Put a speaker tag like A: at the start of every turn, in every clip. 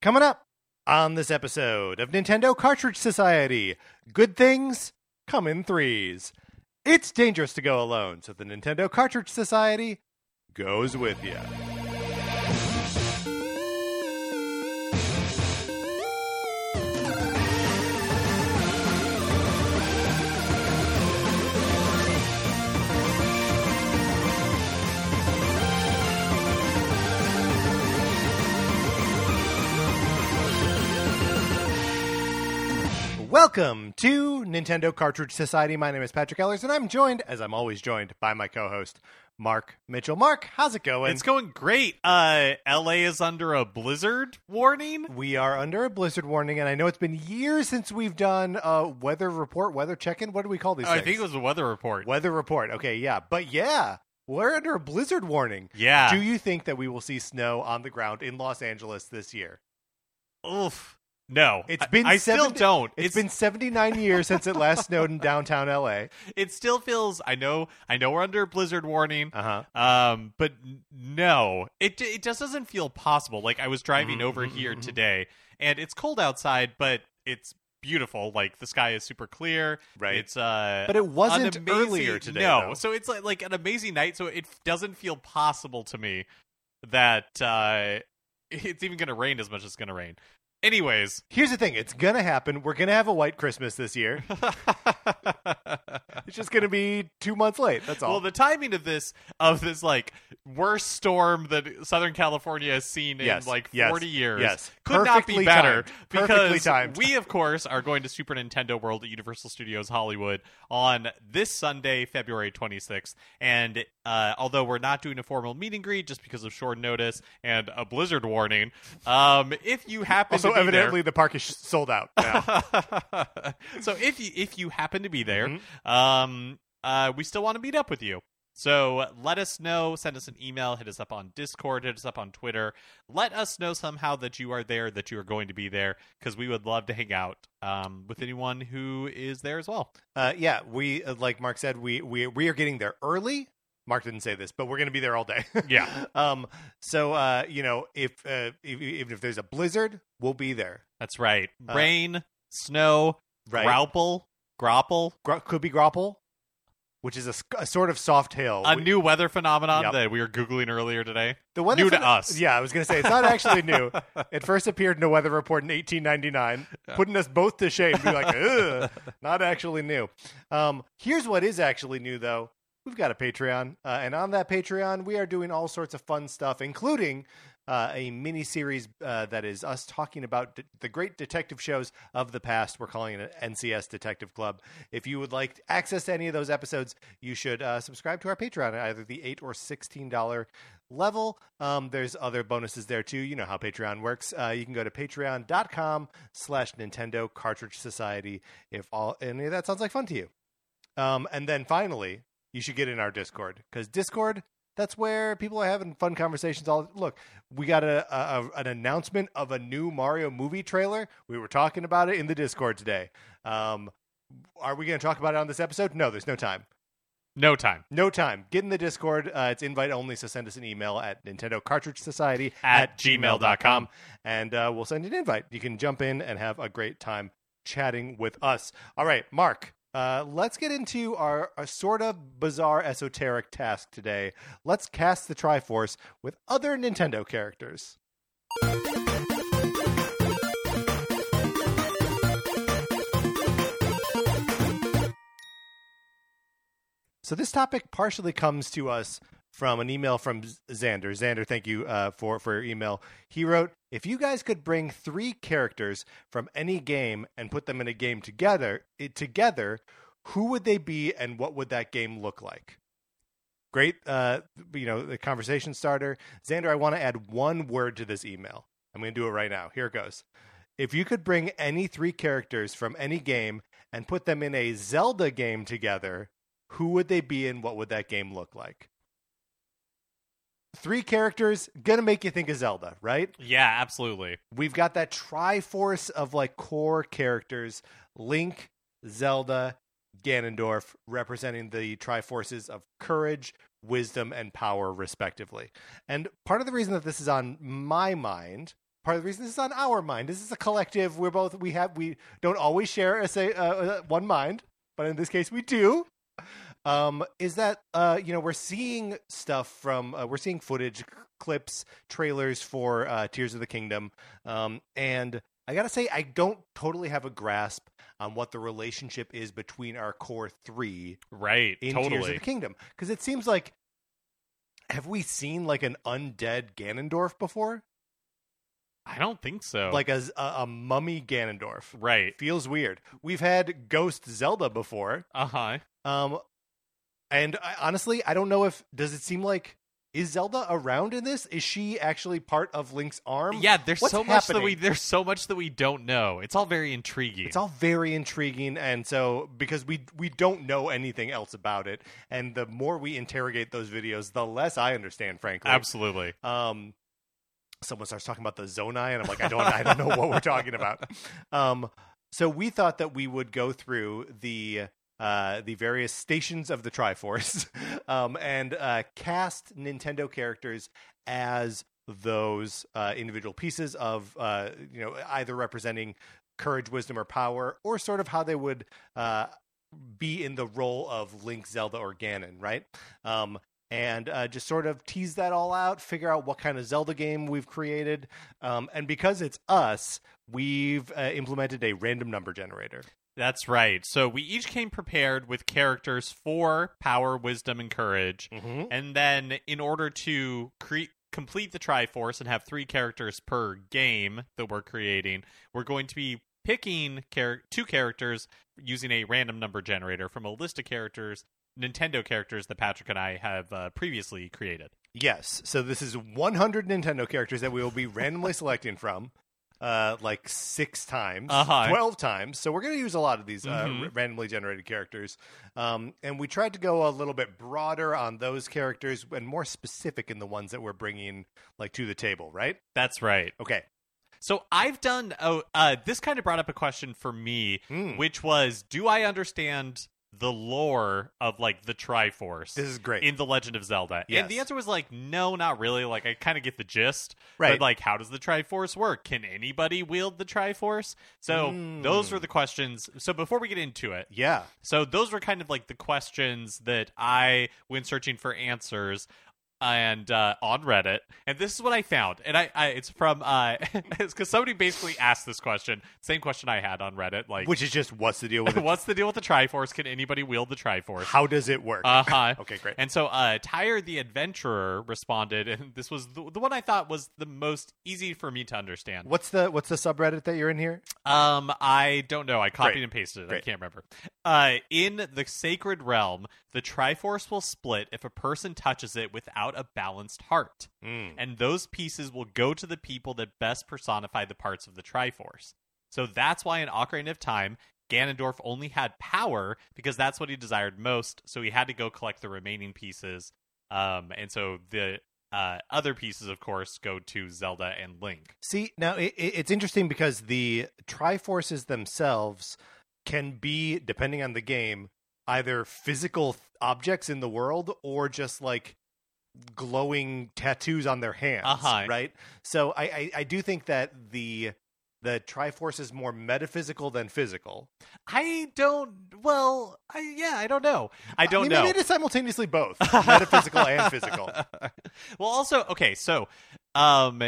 A: Coming up on this episode of Nintendo Cartridge Society, good things come in threes. It's dangerous to go alone, so the Nintendo Cartridge Society goes with you. Welcome to Nintendo Cartridge Society. My name is Patrick Ellers, and I'm joined, as I'm always joined, by my co-host Mark Mitchell. Mark, how's it going?
B: It's going great. Uh, LA is under a blizzard warning.
A: we are under a blizzard warning, and I know it's been years since we've done a weather report, weather check-in. What do we call these?
B: I
A: things?
B: think it was a weather report.
A: weather report. Okay, yeah, but yeah, we're under a blizzard warning.
B: Yeah.
A: Do you think that we will see snow on the ground in Los Angeles this year?
B: Oof. No.
A: It's
B: It's
A: been
B: I, still
A: 70
B: don't.
A: it's been 79 years since it last snowed in downtown LA.
B: it still feels I know I know we're under a blizzard warning.
A: Uh huh.
B: Um but n- no. It it just doesn't feel possible. Like I was driving over
A: Mm-hmm.
B: here today and it's cold outside but it's beautiful. Like the sky is super clear.
A: Right.
B: It's uh
A: But it wasn't
B: an amazing-
A: earlier today.
B: No,
A: though.
B: so it's like like an amazing night. So it doesn't feel possible to me that uh, it's even going to rain as much as it's going to rain. Anyways,
A: Here's the thing: it's gonna happen. We're gonna have a white Christmas this year. It's just gonna be two months late. That's all.
B: well, the timing of this of this like worst storm that Southern California has seen
A: Yes,
B: in like
A: yes,
B: forty years
A: yes.
B: could not be
A: Perfectly
B: better
A: timed. Perfectly
B: because
A: timed.
B: we, of course, are going to Super Nintendo World at Universal Studios Hollywood on this Sunday, February twenty sixth. And uh, although we're not doing a formal meet and greet just because of short notice and a blizzard warning, um, if you happen
A: also,
B: to be
A: evidently, the park is sh- sold out. now.
B: there, so if you if you happen to be there, um, uh, we still want to meet up with you. So let us know. Send us an email. Hit us up on Discord. Hit us up on Twitter. Let us know somehow that you are there, that you are going to be there, because we would love to hang out um, with anyone who is there as well.
A: Uh, yeah, we uh, like Mark said, we we we are getting there early. Mark didn't say this, but we're going to be there all day.
B: Yeah.
A: um. So, uh, you know, if uh, if even if there's a blizzard, we'll be there.
B: That's right.
A: Uh,
B: Rain, snow,
A: Right.
B: grapple, grapple.
A: Gro- could be grapple, which is a, sc- a sort of soft hail.
B: A
A: We-
B: new weather phenomenon
A: Yep.
B: that we were googling earlier today.
A: the weather
B: new to
A: phenom-
B: us.
A: Yeah, I was going to say it's not actually new. It first appeared in a weather report in 1899, putting us both to shame. Be like, Ugh, not actually new. Um, here's what is actually new, though. We've got a Patreon, uh, and on that Patreon, we are doing all sorts of fun stuff, including uh, a mini series uh, that is us talking about d- the great detective shows of the past. We're calling it an NCS Detective Club. If you would like access to any of those episodes, you should uh, subscribe to our Patreon at either the eight or sixteen dollar level. Um, there's other bonuses there too. You know how Patreon works. Uh, you can go to patreon.com slash Nintendo Cartridge Society if all any of that sounds like fun to you. Um, and then finally, you should get in our Discord because Discord, that's where people are having fun conversations. All look, we got a, a, a- an announcement of a new Mario movie trailer. We were talking about it in the Discord today. Um, are we going to talk about it on this episode? No, there's no time.
B: No time.
A: No time. Get in the Discord. Uh, it's invite only, so send us an email at Nintendo Cartridge Society
B: At gmail.com.
A: and uh, we'll send you an invite. You can jump in and have a great time chatting with us. All right, Mark, uh, let's get into our, our sort of bizarre esoteric task today. Let's cast the Triforce with other Nintendo characters. So this topic partially comes to us from an email from Z- Xander. Xander, thank you uh, for for your email. He wrote, "If you guys could bring three characters from any game and put them in a game together, it, together, who would they be, and what would that game look like?" Great, uh, you know, the conversation starter. Xander, I want to add one word to this email. I'm going to do it right now. Here it goes. If you could bring any three characters from any game and put them in a Zelda game together, who would they be and what would that game look like? Three characters, gonna make you think of Zelda, right?
B: Yeah, absolutely.
A: We've got that triforce of like core characters Link, Zelda, Ganondorf, representing the triforces of courage, wisdom, and power, respectively. And part of the reason that this is on my mind part of the reason this is on our mind. This is a collective. We're both we have we don't always share a say uh, uh, one mind, but in this case we do. Um, is that uh, you know we're seeing stuff from uh, we're seeing footage, c- clips, trailers for uh, Tears of the Kingdom, um, and I gotta say I don't totally have a grasp on what the relationship is between our core three
B: Right.
A: in Tears of
B: totally.
A: the Kingdom because it seems like have we seen like an undead Ganondorf before?
B: I don't think so.
A: like a, a a mummy Ganondorf.
B: right.
A: Feels weird. We've had Ghost Zelda before,
B: Uh huh.
A: um, and I, honestly, I don't know if does it seem like is Zelda around in this? Is she actually part of Link's arm?
B: Yeah. There's
A: Um, what's
B: so much that we
A: happening?
B: there's so much that we don't know. It's all very intriguing.
A: It's all very intriguing, and so because we we don't know anything else about it, and the more we interrogate those videos, the less I understand, frankly.
B: absolutely.
A: um someone starts talking about the zonai and i'm like i don't i don't know what we're talking about um so we thought that we would go through the uh the various stations of the triforce um and uh cast nintendo characters as those uh individual pieces of uh you know either representing courage wisdom or power or sort of how they would uh be in the role of link zelda or ganon right um and uh, just sort of tease that all out, figure out what kind of Zelda game we've created. Um, and because it's us, we've uh, implemented a random number generator.
B: That's right. So we each came prepared with characters for power, wisdom, and courage.
A: Mm-hmm.
B: And then, in order to cre- complete the Triforce and have three characters per game that we're creating, we're going to be picking char- two characters using a random number generator from a list of characters, Nintendo characters that Patrick and I have uh, previously created.
A: Yes. So this is 100 Nintendo characters that we will be randomly selecting from. Uh, like six times,
B: Uh-huh.
A: twelve times. So we're going to use a lot of these uh,
B: Mhm.
A: r- randomly generated characters, um, and we tried to go a little bit broader on those characters and more specific in the ones that we're bringing like to the table. Right?
B: That's right.
A: Okay.
B: So I've done. Oh, uh, this kind of brought up a question for me,
A: Hmm.
B: which was, do I understand the lore of like the Triforce?
A: This is great.
B: in The Legend of Zelda?
A: Yes.
B: And the answer was like, no, not really. Like, I kind of get the gist.
A: right.
B: But like, how does the Triforce work? Can anybody wield the Triforce? So
A: Mm.
B: those were the questions. So before we get into it,
A: yeah.
B: so those were kind of like the questions that I, when searching for answers, and uh, on Reddit, and this is what I found, and I, I it's from uh, because somebody basically asked this question, same question I had on Reddit, like,
A: Which is just what's the deal with it?
B: what's the deal with the Triforce? Can anybody wield the Triforce?
A: How does it work?
B: Uh huh.
A: okay, great.
B: And so, uh, Tyre the Adventurer responded, and this was the, the one I thought was the most easy for me to understand.
A: What's the what's the subreddit that you're in here?
B: Um, I don't know. I copied
A: Great.
B: and pasted it.
A: Great.
B: I can't remember. Uh, in the sacred realm, the Triforce will split if a person touches it without a balanced heart,
A: Hmm.
B: and those pieces will go to the people that best personify the parts of the Triforce. So that's why in Ocarina of Time, Ganondorf only had power because that's what he desired most. So he had to go collect the remaining pieces. Um, and so the uh, other pieces, of course, go to Zelda and Link.
A: See, now it, it- it's interesting because the Triforces themselves can be, depending on the game, either physical th- objects in the world or just like glowing tattoos on their hands,
B: Uh-huh.
A: right? So I, I, I do think that the the Triforce is more metaphysical than physical.
B: I don't. Well, I, yeah, I don't know. I don't
A: mean,
B: know.
A: Maybe it is simultaneously both metaphysical and physical.
B: well, also, okay, so, um,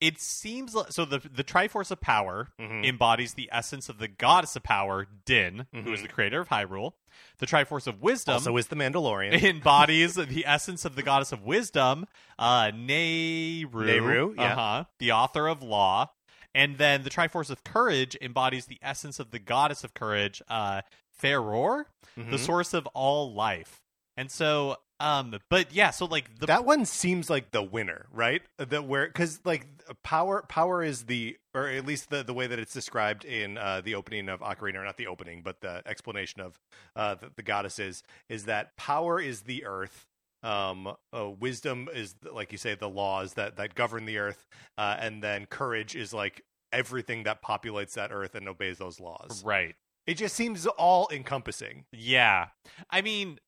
B: it seems li- so. The the Triforce of Power
A: Mhm.
B: embodies the essence of the goddess of power, Din, who is
A: Mhm.
B: the creator of Hyrule. The Triforce of Wisdom
A: Also, is the Mandalorian.
B: embodies the essence of the goddess of wisdom, uh, Nehru,
A: Nehru, yeah.
B: uh-huh, the author of law. And then the Triforce of Courage embodies the essence of the goddess of courage, uh, Feror, the
A: Mhm.
B: source of all life. And so, um, but yeah, so like the
A: that one seems like the winner, right? That where because like power, power is the, or at least the the way that it's described in uh, the opening of Ocarina, or not the opening, but the explanation of uh, the, the goddesses is that power is the earth. Um, uh, wisdom is like you say the laws that that govern the earth, uh, and then courage is like everything that populates that earth and obeys those laws.
B: right,
A: It just seems all encompassing.
B: yeah. I mean,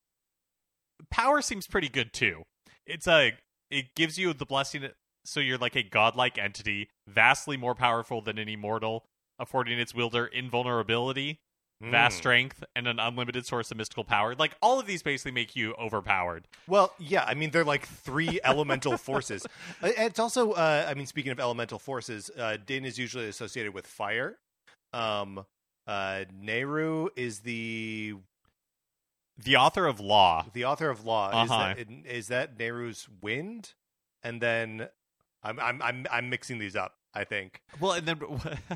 B: power seems pretty good too. It's a it gives you the blessing so you're like a godlike entity, vastly more powerful than any mortal, affording its wielder invulnerability, vast
A: Mm.
B: strength, and an unlimited source of mystical power. Like all of these basically make you overpowered.
A: Well, yeah, I mean they're like three elemental forces. Uh, It's also, uh, I mean, speaking of elemental forces, uh, Din is usually associated with fire. Um, uh, Nehru is the
B: The author of Law.
A: the author of Law.
B: Uh-huh.
A: Is, that, is that Nehru's wind? And then I'm I'm I'm I'm mixing these up. I think.
B: Well, and then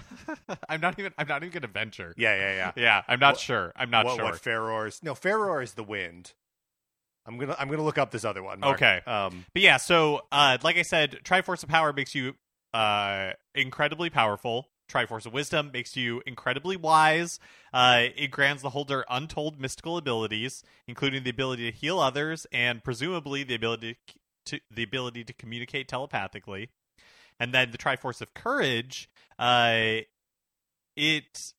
B: I'm not even I'm not even gonna venture.
A: Yeah, yeah, yeah.
B: Yeah, I'm not
A: What-
B: sure. I'm not
A: what,
B: sure.
A: what Feror's? No, Feror is the wind. I'm gonna I'm gonna look up this other one. Mark.
B: Okay.
A: Um,
B: But yeah, so uh, like I said, Triforce of Power makes you uh, incredibly powerful. Triforce of Wisdom makes you incredibly wise. Uh, it grants the holder untold mystical abilities, including the ability to heal others and presumably the ability to the ability to communicate telepathically. And then the Triforce of Courage, uh, it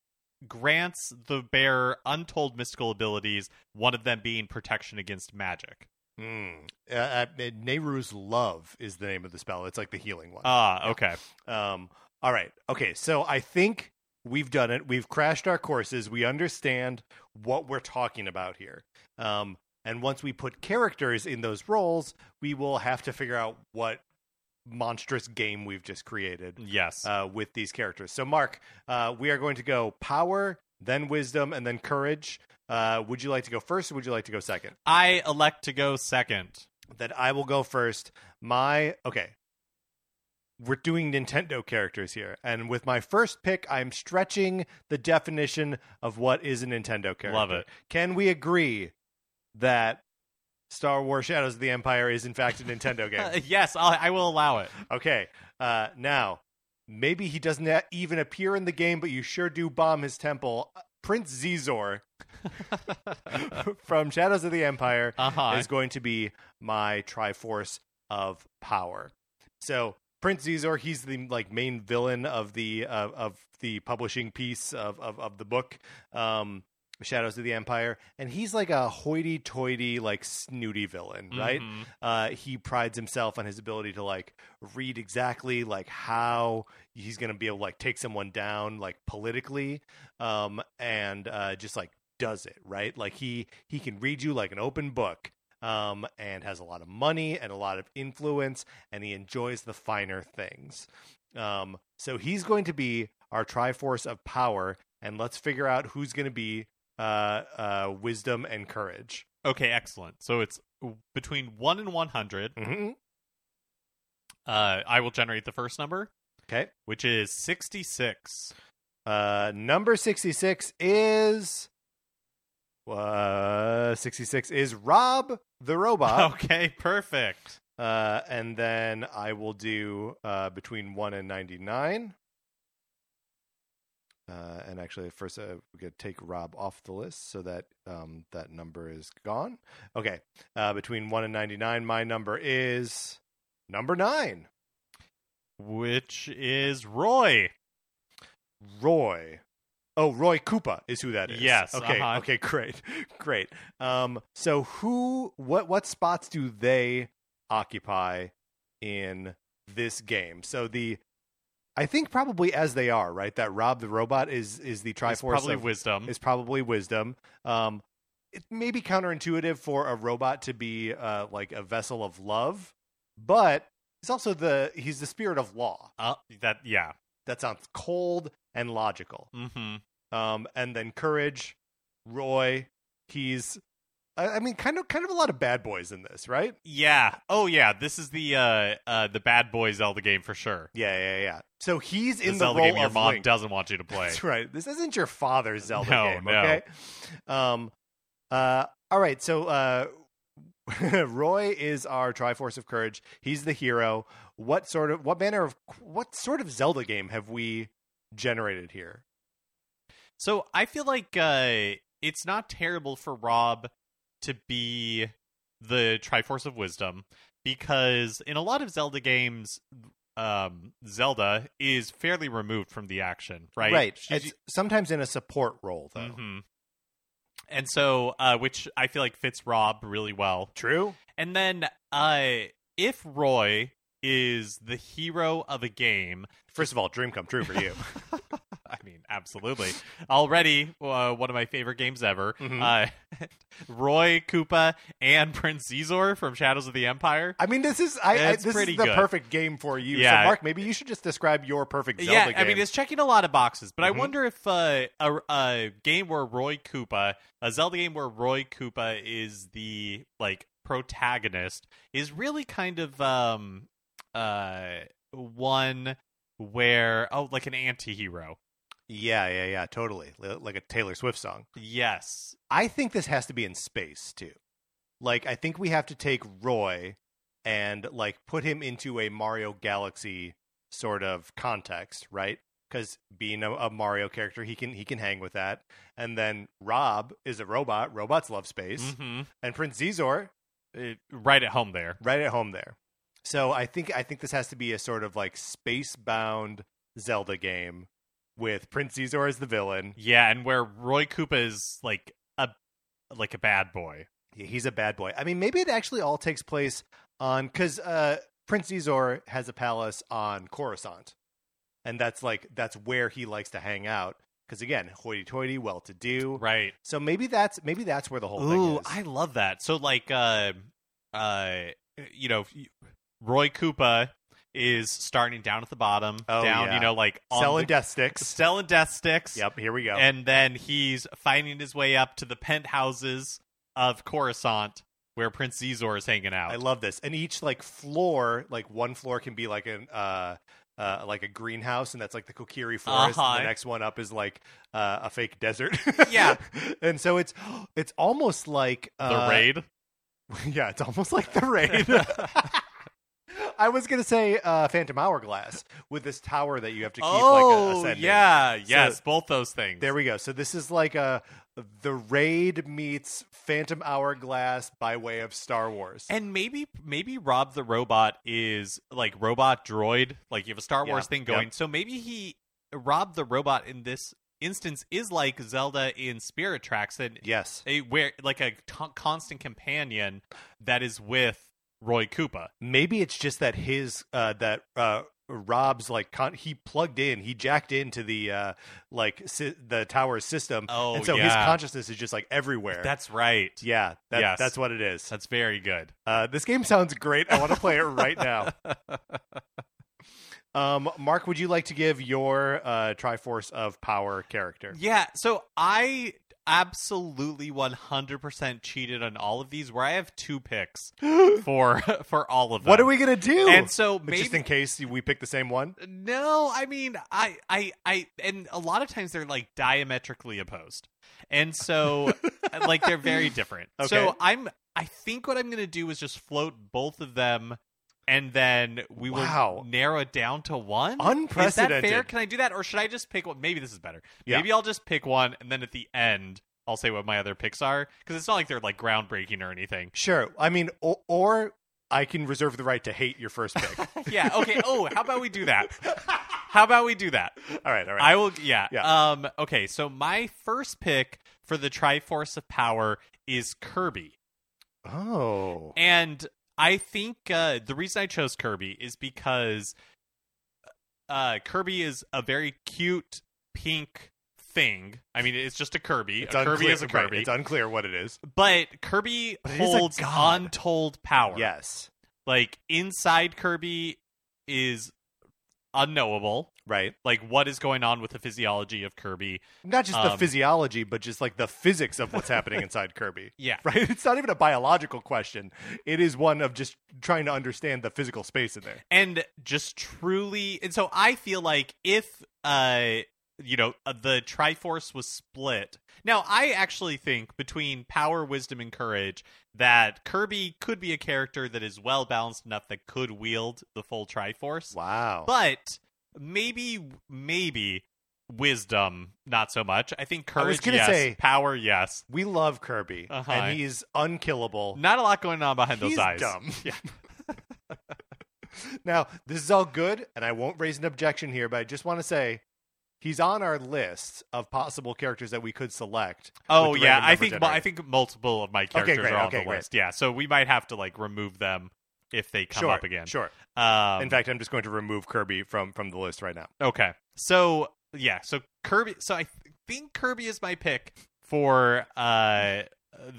B: grants the bearer untold mystical abilities, one of them being protection against magic.
A: mm, uh, uh, Nehru's love is the name of the spell. It's like the healing one.
B: Ah, okay.
A: Um, all right. Okay. So I think we've done it. We've crashed our courses. We understand what we're talking about here. Um, and once we put characters in those roles, we will have to figure out what monstrous game we've just created
B: Yes.
A: uh, with these characters. So, Mark, uh, we are going to go power, then wisdom, and then courage. Uh, would you like to go first or would you like to go second?
B: I elect to go second.
A: that I will go first. My okay. We're doing Nintendo characters here, and with my first pick, I'm stretching the definition of what is a Nintendo character.
B: Love it.
A: Can we agree that Star Wars: Shadows of the Empire is in fact a Nintendo game?
B: Uh, yes, I'll, I will allow it.
A: Okay. Uh, now, maybe he doesn't a- even appear in the game, but you sure do bomb his temple. Uh, Prince Zizor from Shadows of the Empire
B: uh huh.
A: is going to be my Triforce of Power. So Prince Zizor, he's the like main villain of the uh, of the publishing piece of of, of the book, um, Shadows of the Empire, and he's like a hoity-toity, like snooty villain,
B: Mm-hmm.
A: right? Uh, he prides himself on his ability to like read exactly like how he's going to be able to like take someone down like politically um and uh just like does it right like he he can read you like an open book um and has a lot of money and a lot of influence and he enjoys the finer things um so he's going to be our triforce of power and let's figure out who's going to be uh uh wisdom and courage
B: Okay, excellent. So it's between 1 and 100.
A: mm-hmm.
B: Uh, I will generate the first number,
A: okay
B: which is 66.
A: Uh, number 66 is. Uh, 66 is Rob the Robot.
B: Okay, perfect.
A: Uh, and then I will do uh, between 1 and 99. Uh, and actually, first uh, we could take Rob off the list so that um, that number is gone. Okay, uh, between one and ninety nine, my number is number nine,
B: Which is Roy.
A: Roy. Oh, Roy Koopa is who that is.
B: Yes,
A: Okay.
B: uh-huh.
A: Okay. Great. Great. Um. So who? What? What spots do they occupy in this game? So the, I think probably as they are right. That Rob the robot is is the
B: It's
A: Triforce
B: probably
A: of,
B: wisdom.
A: is probably wisdom. Um, it may be counterintuitive for a robot to be uh like a vessel of love, but he's also the he's the spirit of law.
B: Uh, that yeah.
A: That sounds cold and logical
B: Mm-hmm.
A: um, and then courage roy he's I, I mean kind of kind of a lot of bad boys in this right
B: Yeah. Oh yeah. This is the uh uh the bad boy Zelda game for sure.
A: yeah yeah yeah so he's in
B: the
A: the
B: Zelda
A: role
B: game your
A: of
B: mom
A: Link.
B: doesn't want you to play.
A: that's right this isn't your father's zelda
B: No,
A: game
B: no.
A: okay um uh all right so uh Roy is our Triforce of Courage. He's the hero. What sort of what manner of what sort of Zelda game have we generated here?
B: So I feel like uh, it's not terrible for Rob to be the Triforce of Wisdom because in a lot of Zelda games, um, Zelda is fairly removed from the action, right? She's-
A: It's sometimes in a support role though.
B: Mhm. And so, uh, which I feel like fits Rob really well.
A: True.
B: And then, uh, if Roy is the hero of a game.
A: First of all, dream come true for you.
B: I mean, absolutely. Already uh, one of my favorite games ever.
A: Mhm.
B: Uh, Roy Koopa and Prince Zizor from Shadows of the Empire.
A: I mean, this is I, I
B: It's
A: this
B: pretty
A: is the
B: good.
A: perfect game for you.
B: Yeah.
A: So, Mark, maybe you should just describe your perfect Zelda
B: yeah,
A: game.
B: I mean, it's checking a lot of boxes, but
A: Mhm.
B: I wonder if uh, a, a game where Roy Koopa, a Zelda game where Roy Koopa is the like protagonist, is really kind of um uh one where oh like an anti-hero.
A: yeah, yeah, yeah, totally. Li- Like a Taylor Swift song.
B: Yes.
A: I think this has to be in space too. Like, I think we have to take Roy and like put him into a Mario Galaxy sort of context, right? Because being a, a Mario character, he can he can hang with that. And then Rob is a robot. Robots love space,
B: hmm
A: and Prince Zizor
B: right at home there.
A: right at home there. So I think I think this has to be a sort of like space bound Zelda game with Prince Zizor as the villain.
B: Yeah, and where Roy Koopa is like a like a bad boy.
A: Yeah, he's a bad boy. I mean, maybe it actually all takes place on because uh, Prince Izor has a palace on Coruscant, and that's like that's where he likes to hang out. Because again, hoity-toity, well-to-do.
B: Right.
A: So maybe that's maybe that's where the whole
B: Ooh,
A: thing is.
B: I love that. So like uh uh you know, Roy Koopa is starting down at the bottom,
A: Oh,
B: down,
A: yeah.
B: you know, like on
A: Selling
B: the,
A: death sticks.
B: selling death sticks.
A: yep, here we go.
B: And then he's finding his way up to the penthouses of Coruscant where Prince Zizor is hanging out.
A: I love this. And each like floor, like one floor can be like an uh, uh like a greenhouse, and that's like the Kokiri forest. And
B: Uh-huh.
A: the next one up is like uh, a fake desert.
B: Yeah.
A: and so it's it's almost like
B: the
A: uh,
B: raid.
A: Yeah, it's almost like the raid. I was gonna say uh, Phantom Hourglass with this tower that you have to keep like a-
B: oh,
A: ascending.
B: yeah, yes, both those things.
A: There we go. So this is like a the raid meets Phantom Hourglass by way of Star Wars.
B: And maybe maybe Rob the robot is like robot droid, like you have a Star
A: Yeah,
B: Wars thing
A: yep.
B: going. So maybe he Rob the robot in this instance is like Zelda in Spirit Tracks and
A: yes.
B: a where like a to- constant companion that is with Roy Koopa.
A: Maybe it's just that his uh that uh Rob's like con- he plugged in, he jacked into the uh like si- the tower's system.
B: Oh,
A: and so his
B: yeah.
A: consciousness is just like everywhere.
B: That's right.
A: yeah, that,
B: Yes.
A: that's what it is.
B: That's very good.
A: Uh, this game sounds great. I want to play it right now. Um, Mark, would you like to give your uh, Triforce of Power character?
B: Yeah, so I absolutely 100% cheated on all of these where I have two picks for for all of them.
A: what are we gonna do?
B: And so maybe
A: Just in case we pick the same one.
B: No, I mean, I, I, I, and a lot of times they're like diametrically opposed, and so uh, like they're very different.
A: Okay.
B: So I'm, I think what I'm gonna do is just float both of them, and then we
A: Wow.
B: will narrow it down to one. Is that fair?
A: Unprecedented.
B: Can I do that, or should I just pick one? Maybe this is better.
A: Yeah.
B: Maybe I'll just pick one, and then at the end I'll say what my other picks are because it's not like they're like groundbreaking or anything.
A: Sure. I mean, or, or I can reserve the right to hate your first pick. all
B: yeah. Okay. Oh, how about we do that? How about we do that?
A: right. All right.
B: I will. Yeah.
A: Yeah.
B: Um. Okay. So my first pick for the Triforce of Power is Kirby,
A: oh.
B: and I think uh, the reason I chose Kirby is because uh, Kirby is a very cute pink thing. I mean, it's just a Kirby.
A: It's
B: a
A: unclear.
B: Kirby is a
A: right,
B: Kirby,
A: It's unclear what it is.
B: but Kirby
A: But it is a
B: holds
A: god.
B: untold power.
A: Yes.
B: Like inside Kirby is unknowable.
A: Right.
B: Like what is going on with the physiology of Kirby?
A: Not just the
B: Um,
A: physiology, but just like the physics of what's happening inside Kirby.
B: Yeah.
A: Right. It's not even a biological question. It is one of just trying to understand the physical space in there.
B: and just truly and so i feel like if uh you know uh, the triforce was split now i actually think between power wisdom and courage that kirby could be a character that is well balanced enough that could wield the full triforce
A: Wow.
B: but maybe maybe wisdom not so much i think
A: I
B: courage
A: was gonna
B: yes
A: say-
B: power yes
A: we love Kirby,
B: Uh-huh.
A: and he's unkillable.
B: not a lot going on behind
A: he's
B: those eyes
A: dumb.
B: Yeah.
A: now, this is all good, and I won't raise an objection here, but I just want to say he's on our list of possible characters that we could select.
B: Oh
A: with the
B: yeah,
A: random
B: I
A: number
B: think mu-
A: generator.
B: I think multiple of my characters
A: great,
B: are on
A: okay,
B: the
A: great.
B: list. Yeah, so we might have to like remove them if they come
A: sure,
B: up again.
A: Sure.
B: Um,
A: In fact, I'm just going to remove Kirby from from the list right now.
B: Okay. So yeah, so Kirby. So I th- think Kirby is my pick for uh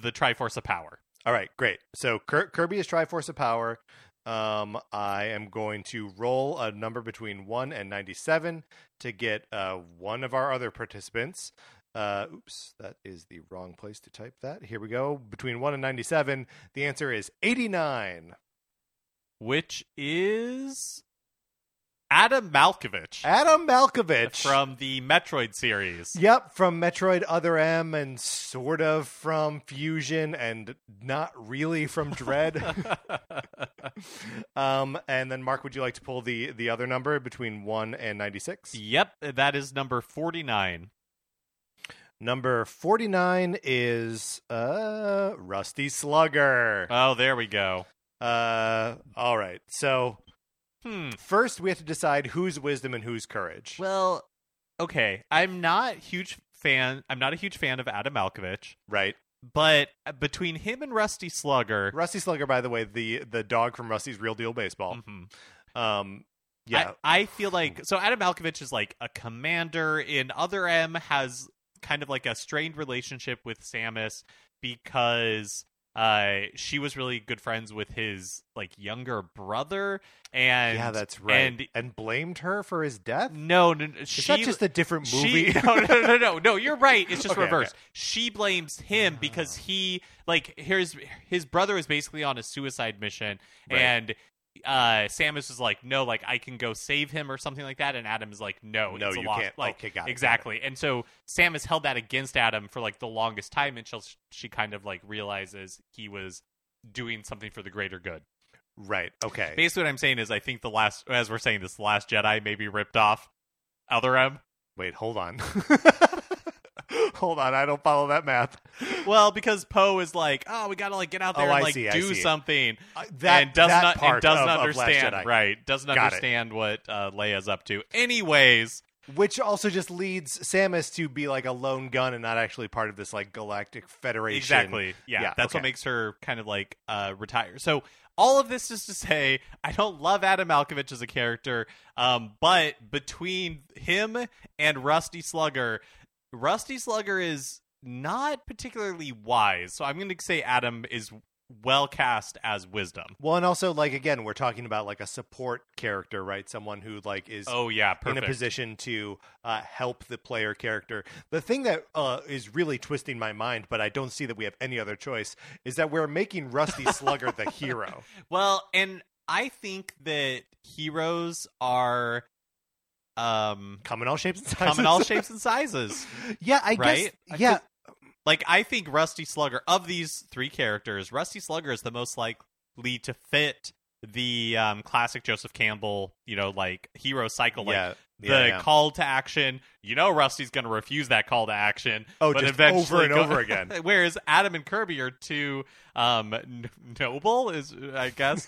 B: the Triforce of Power.
A: All right, great. So Kir- Kirby is Triforce of Power. Um, I am going to roll a number between one and ninety-seven to get uh, one of our other participants. Uh, oops, that is the wrong place to type that. Here we go. Between one and ninety-seven, the answer is eighty-nine.
B: which is Adam Malkovich
A: Adam Malkovich
B: from the Metroid series.
A: Yep, from Metroid Other M and sort of from Fusion and not really from Dread. um, and then Mark, would you like to pull the the other number between one and ninety six?
B: yep, that is number 49.
A: Number forty nine is uh Rusty Slugger.
B: Oh, there we go.
A: Uh, all right. So
B: Hmm.
A: first, we have to decide whose wisdom and whose courage.
B: Well, okay. I'm not huge fan I'm not a huge fan of Adam Malkovich,
A: right.
B: but between him and Rusty Slugger,
A: Rusty Slugger, by the way, the the dog from Rusty's Real Deal Baseball.
B: Mhm.
A: Um, yeah.
B: I, I feel like so Adam Malkovich is like a commander in Other M has kind of like a strained relationship with Samus because uh she was really good friends with his like younger brother and
A: yeah, that's right. And,
B: and-
A: blamed her for his death.
B: no no, no she
A: Is that just a different movie?
B: she, no, no, no, no, no. You're right. It's just
A: Okay, okay.
B: reversed. She blames him because he, like, his his brother is basically on a suicide mission,
A: Right.
B: and uh, Samus is like, "No, like, I can go save him or something like that," and Adam is like, "No,
A: No,
B: it's a
A: you
B: loss."
A: can't.
B: Like,
A: Okay, got it, got it.
B: exactly. And so Samus held that against Adam for like the longest time until sh- she kind of like realizes he was doing something for the greater good.
A: right. Okay.
B: Basically, what I'm saying is, I think the last, as we're saying this, the last Jedi maybe ripped off Other M.
A: Wait. Hold on. hold on. I don't follow that math.
B: Well, because Poe is like, oh, we gotta like get out there
A: Oh, I
B: and like
A: see, I
B: do
A: see.
B: something,
A: Uh, That
B: and does
A: that
B: not
A: part
B: and doesn't
A: of, of Last
B: understand,
A: Jedi.
B: right? Doesn't
A: Got it.
B: understand what uh, Leia's up to. Anyways,
A: Which also just leads Samus to be like a lone gun and not actually part of this like galactic federation.
B: exactly, yeah,
A: Yeah,
B: that's what
A: okay.
B: makes her kind of like uh, retire. So all of this is to say, I don't love Adam Malkovich as a character, um, but between him and Rusty Slugger, Rusty Slugger is not particularly wise. So I'm going to say Adam is well cast as Wisdom.
A: Well, and also like again, we're talking about like a support character, right? Someone who like is
B: Oh yeah,
A: in a position to uh, help the player character. The thing that uh, is really twisting my mind, but I don't see that we have any other choice, is that we're making Rusty Slugger the hero.
B: Well, and I think that heroes are um
A: Come in all shapes and sizes.
B: come in all shapes and sizes.
A: yeah, I
B: right? I
A: guess. Yeah,
B: think- Like I think Rusty Slugger of these three characters, Rusty Slugger is the most likely to fit the um classic Joseph Campbell, you know, like hero cycle like
A: yeah,
B: the
A: yeah, yeah.
B: call to action. You know Rusty's going to refuse that call to action.
A: Oh,
B: but
A: just
B: eventually
A: over and
B: go-
A: over again.
B: Whereas Adam and Kirby are too um, n- noble, is I guess,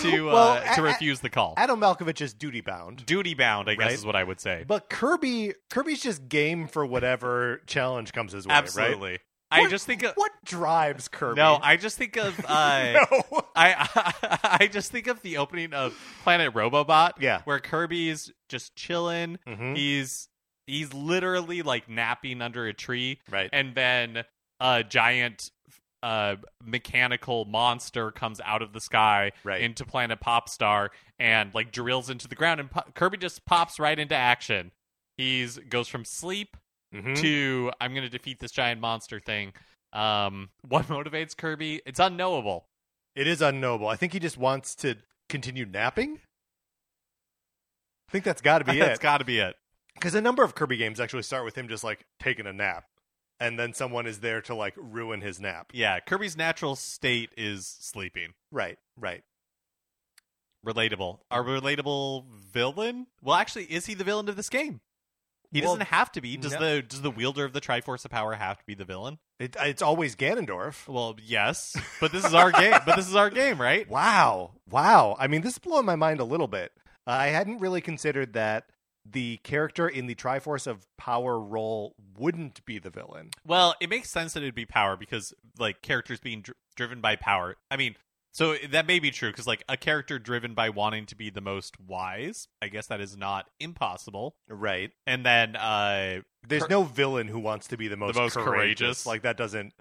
B: to
A: Well,
B: uh, to
A: a-
B: refuse the call.
A: Adam Malkovich is duty bound.
B: Duty bound, I guess,
A: Right?
B: is what I would say.
A: But Kirby, Kirby's just game for whatever challenge comes his way, right?
B: Absolutely. I
A: What-
B: just think. Of,
A: What drives Kirby?
B: no, I just think of. Uh,
A: no.
B: I, I just think of the opening of Planet Robobot,
A: Yeah.
B: where Kirby's just chilling.
A: Mhm.
B: He's he's literally like napping under a tree,
A: Right.
B: and then a giant uh mechanical monster comes out of the sky
A: Right.
B: into planet popstar and like drills into the ground and po- kirby just pops right into action he's goes from sleep
A: Mhm.
B: to i'm gonna defeat this giant monster thing um what motivates kirby it's unknowable
A: It is unknowable. I think he just wants to continue napping. I think that's got to be
B: that's
A: it.
B: gotta be it
A: Because a number of Kirby games actually start with him just like taking a nap, and then someone is there to like ruin his nap.
B: yeah kirby's natural state is sleeping
A: Right, right.
B: relatable our relatable villain well actually is he the villain of this game He
A: Well,
B: doesn't have to be. Does
A: no-
B: the does the wielder of the Triforce of Power have to be the villain?
A: It, it's always Ganondorf.
B: Well, yes, but this is our game. But this is our game, right?
A: Wow, wow. I mean, this is blowing my mind a little bit. Uh, I hadn't really considered that the character in the Triforce of Power role wouldn't be the villain.
B: Well, it makes sense that it'd be power because like characters being dr- driven by power. I mean, So that may be true because, like, a character driven by wanting to be the most wise, I guess that is not impossible.
A: Right.
B: And then, uh,
A: There's
B: Cour-
A: no villain who wants to be the most,
B: most
A: courageous.
B: courageous.
A: Like that doesn't.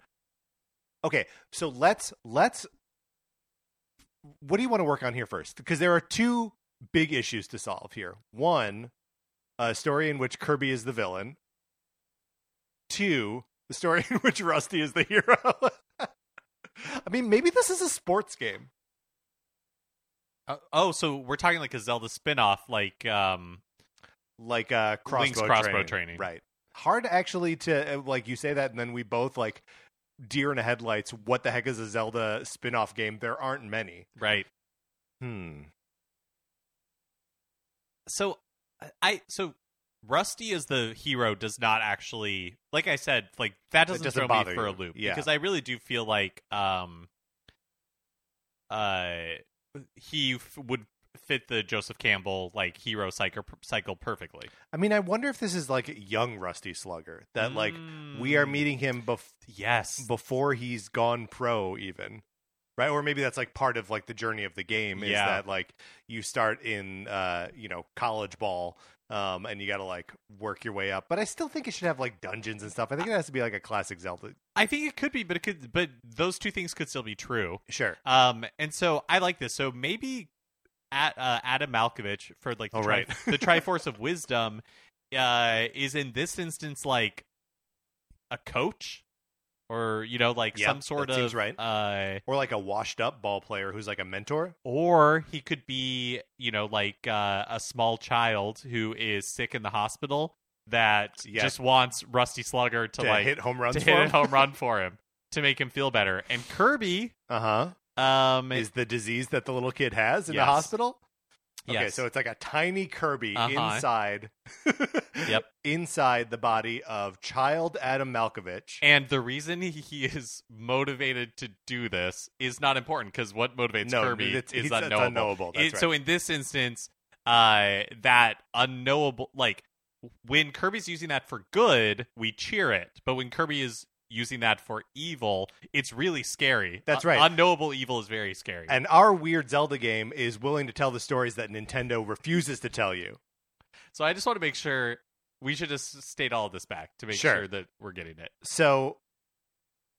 A: Okay, so let's let's. What do you want to work on here first? Because there are two big issues to solve here. One, a story in which Kirby is the villain. Two, the story in which Rusty is the hero. I mean, maybe this is a sports game.
B: uh, oh, so we're talking like a Zelda spinoff, like, um,
A: like uh crossbow,
B: Link's crossbow
A: training.
B: training.
A: right hard actually to uh, like you say that and then we both like deer in the headlights what the heck is a zelda spin-off game there aren't many
B: right.
A: hmm
B: So, I, so Rusty as the hero does not actually, like I said, like, that
A: It
B: doesn't,
A: doesn't
B: throw
A: bother
B: me for a
A: you.
B: loop
A: Yeah.
B: because I really do feel like, um, uh, he f- would fit the Joseph Campbell, like, hero cycle, cycle perfectly.
A: i mean i wonder if this is like young rusty slugger that like we are
B: Mm.
A: meeting him bef-
B: Yes.
A: before he's gone pro even right or maybe that's like part of like the journey of the game is
B: Yeah.
A: that like you start in uh you know college ball um and you gotta like work your way up but i still think it should have like dungeons and stuff i think it has to be like a classic zelda
B: I think it could be, but it could, but those two things could still be true.
A: sure
B: Um, and so I like this. So maybe at uh, Adam Malkovich for like the,
A: Oh,
B: tri-
A: right.
B: the Triforce of Wisdom uh, is in this instance like a coach or you know like
A: Yeah,
B: some sort
A: that
B: of
A: seems right.
B: uh,
A: or like a washed up ball player who's like a mentor.
B: or he could be you know like uh, a small child who is sick in the hospital that
A: Yeah.
B: just wants Rusty Slugger to,
A: To
B: like
A: hit home runs
B: to
A: for
B: hit a home run for him to make him feel better. And Kirby,
A: Uh huh.
B: um,
A: Is the disease that the little kid has in
B: Yes.
A: the hospital? Okay,
B: yes.
A: so it's like a tiny Kirby
B: Uh-huh.
A: inside.
B: Yep.
A: Inside the body of child Adam Malkovich.
B: and the reason he- he is motivated to do this is not important because what motivates
A: no,
B: Kirby
A: it's, it's-
B: is
A: it's
B: unknowable.
A: unknowable. That's
B: It-
A: right.
B: So in this instance, uh, that unknowable, like when Kirby's using that for good, we cheer it, but when Kirby is using that for evil, it's really scary.
A: That's
B: Un-
A: right.
B: unknowable evil is very scary.
A: and our weird Zelda game is willing to tell the stories that Nintendo refuses to tell you.
B: so I just want to make sure we should just state all of this back to make
A: Sure.
B: sure that we're getting it.
A: So,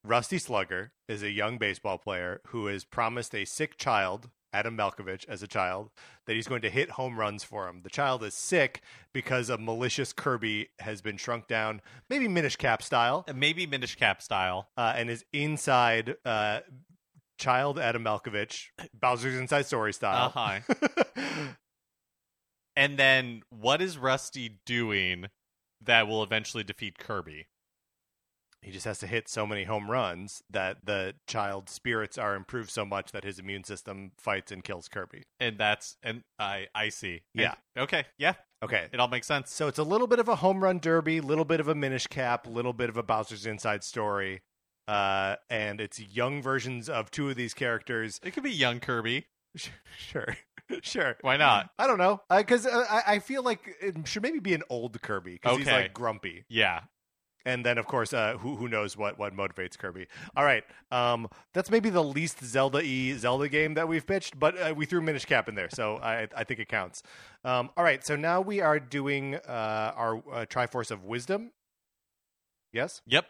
A: Rusty Slugger is a young baseball player who is promised a sick child, Adam Malkovich, as a child, that he's going to hit home runs for him. The child is sick because a malicious Kirby has been shrunk down, maybe Minish Cap style,
B: maybe Minish Cap style.
A: uh, and is inside uh, child Adam Malkovich, Bowser's Inside Story
B: Uh
A: style.
B: huh. and then what is Rusty doing that will eventually defeat Kirby?
A: he just has to hit so many home runs that the child's spirits are improved so much that his immune system fights and kills Kirby.
B: And that's and I I see. And-
A: Yeah.
B: okay. Yeah.
A: Okay,
B: It all makes sense.
A: So it's a little bit of a home run derby, little bit of a Minish Cap, little bit of a Bowser's Inside Story, uh, and it's young versions of two of these characters.
B: It could be young Kirby.
A: Sure, sure.
B: Why not?
A: I don't know because uh, I, I feel like it should maybe be an old Kirby because he's
B: Okay.
A: like grumpy,
B: Yeah.
A: and then of course uh, who who knows what what motivates Kirby. All right, um, that's maybe the least Zelda e Zelda game that we've pitched, but uh, we threw Minish Cap in there, so I I think it counts. Um, all right, so now we are doing uh, our uh, Triforce of Wisdom. Yes.
B: Yep.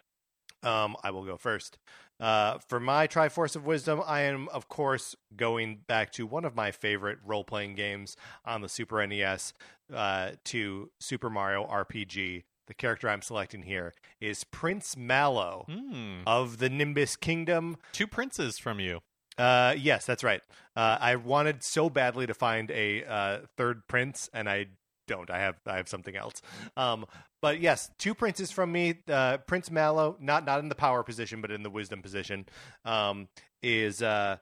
A: Um, I will go first. Uh, for my Triforce of Wisdom, I am, of course, going back to one of my favorite role playing games on the Super NES uh, to Super Mario RPG. The character I'm selecting here is Prince Mallow
B: Hmm.
A: of the Nimbus Kingdom.
B: Two princes from you.
A: Uh, yes, that's right. Uh, I wanted so badly to find a uh, third prince, and I don't. I have I have something else. Um, but yes, two princes from me. Uh, prince Mallow, not not in the power position, but in the wisdom position, um, is uh,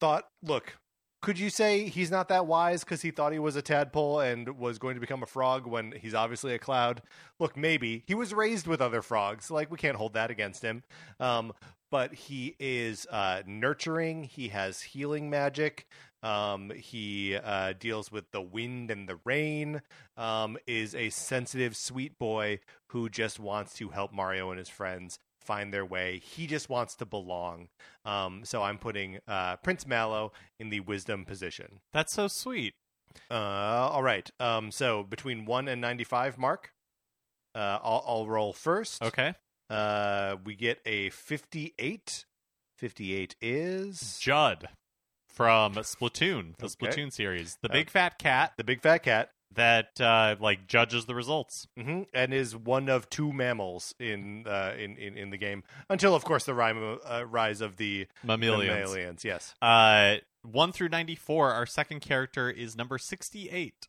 A: thought. Look, could you say he's not that wise because he thought he was a tadpole and was going to become a frog when he's obviously a cloud? Look, maybe he was raised with other frogs. Like we can't hold that against him. Um, but he is uh, nurturing. He has healing magic. Um, he uh, deals with the wind and the rain. Um, is a sensitive, sweet boy who just wants to help Mario and his friends. find their way. He just wants to belong. Um, so I'm putting uh, Prince Mallow in the wisdom position.
B: That's so sweet.
A: Uh, all right. Um, so between one and 95, Mark, uh, I'll, I'll roll first.
B: Okay.
A: Uh, we get a 58. 58 is
B: Judd from Splatoon, the
A: Okay.
B: Splatoon series, the
A: Uh,
B: big fat cat
A: the big fat cat.
B: that uh, like judges the results.
A: hmm and is one of two mammals in, uh, in in in the game until, of course, the rhyme, uh, rise of the
B: Mammalians.
A: mammalians. Yes,
B: Uh, one through ninety-four. Our second character is number sixty-eight.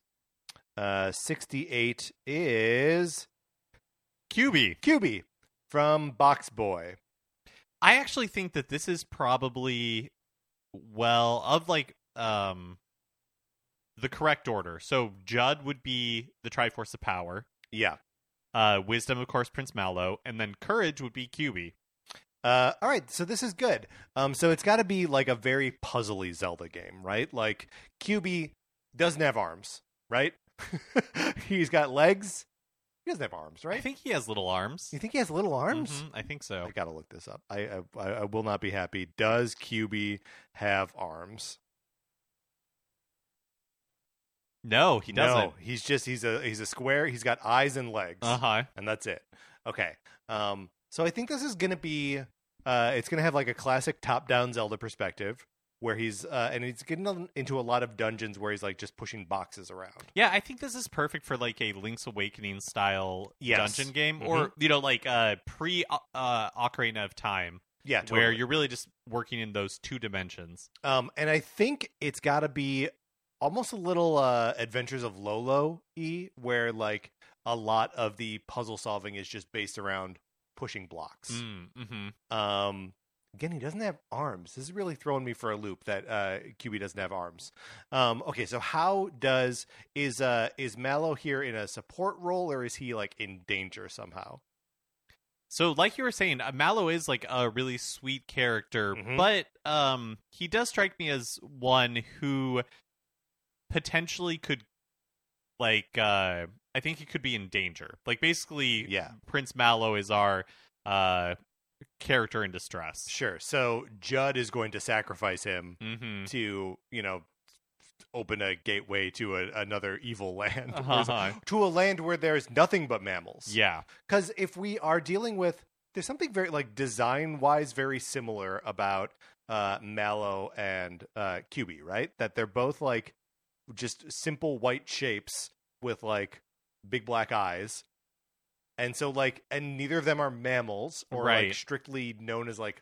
A: uh, sixty-eight is
B: QB.
A: QB from Box Boy.
B: I actually think that this is probably well of like um the correct order. So Judd would be the Triforce of Power.
A: Yeah.
B: Uh, wisdom, of course, Prince Mallow, and then courage would be QB.
A: Uh, all right, so this is good. Um, so it's got to be like a very puzzly Zelda game, right? Like QB doesn't have arms, right? He's got legs. He doesn't have arms,
B: I
A: right?
B: think he has little arms.
A: You think he has little arms?
B: Mhm, I think so.
A: I gotta look this up. I, I I I will not be happy. Does QB have arms?
B: No, he doesn't.
A: No, he's just he's a he's a square. He's got eyes and legs,
B: Uh huh.
A: and that's it. Okay. Um. So I think this is gonna be. Uh, it's gonna have like a classic top-down Zelda perspective, where he's uh, and he's getting on- into a lot of dungeons where he's like just pushing boxes around.
B: Yeah, I think this is perfect for like a Link's Awakening style
A: Yes.
B: dungeon game, or you know, like uh, pre uh, Ocarina of Time,
A: Yeah,
B: where
A: totally.
B: you're really just working in those two dimensions.
A: Um, and I think it's got to be almost a little uh, Adventures of Lolo e, where like a lot of the puzzle solving is just based around pushing blocks.
B: Mm, hmm
A: Um, again, he doesn't have arms. This is really throwing me for a loop that uh, QB doesn't have arms. Um, okay, so how does is uh, is Mallow here in a support role or is he like in danger somehow?
B: So, like you were saying, uh, Mallow is like a really sweet character,
A: Mhm.
B: but um, he does strike me as one who potentially could, like, uh, I think he could be in danger. Like, basically,
A: Yeah.
B: Prince Mallow is our uh character in distress.
A: Sure. So Judd is going to sacrifice him
B: Mm-hmm.
A: to you know open a gateway to a, another evil land or
B: Uh-huh.
A: some- to a land where there's nothing but mammals
B: Yeah.
A: because if we are dealing with there's something very like design wise very similar about uh mallow and uh qb right that they're both like just simple white shapes with like big black eyes and so like and neither of them are mammals or like
B: Right.
A: strictly known as like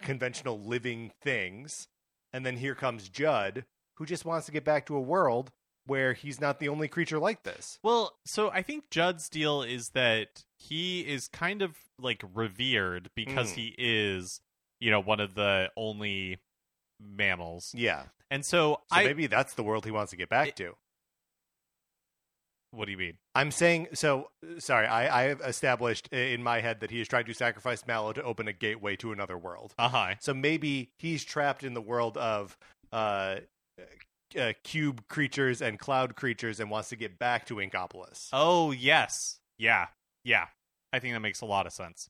A: conventional living things and then here comes judd who just wants to get back to a world where he's not the only creature like this
B: Well, so I think Judd's deal is that he is kind of like revered because
A: Mm.
B: he is, you know, one of the only mammals.
A: yeah
B: And so,
A: So
B: I
A: maybe that's the world he wants to get back
B: It-
A: to.
B: what do you mean?
A: I'm saying so. Sorry, I, I have established i- in my head that he is trying to sacrifice Mallow to open a gateway to another world.
B: Uh-huh.
A: So maybe he's trapped in the world of uh, uh, cube creatures and cloud creatures, and wants to get back to Inkopolis.
B: Oh, yes. Yeah. Yeah. I think that makes a lot of sense.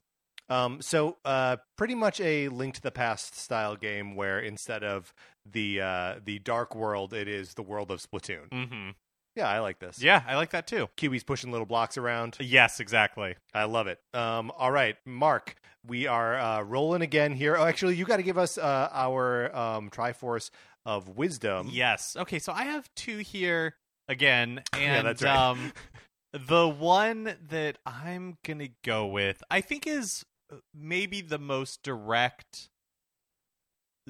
A: Um, so uh, pretty much a Link to the Past style game, where instead of the uh, the dark world, it is the world of Splatoon.
B: Mhm.
A: Yeah, I like this.
B: Yeah, I like that too.
A: Kiwi's pushing little blocks around.
B: Yes, exactly.
A: I love it. Um, all right, Mark, we are uh, rolling again here. Oh, actually, you got to give us uh, our um, Triforce of
B: Um,
A: Wisdom.
B: yes. Okay, so I have two here again and
A: Yeah, that's right.
B: um The one that I'm going to go with, I think, is uh, maybe the most direct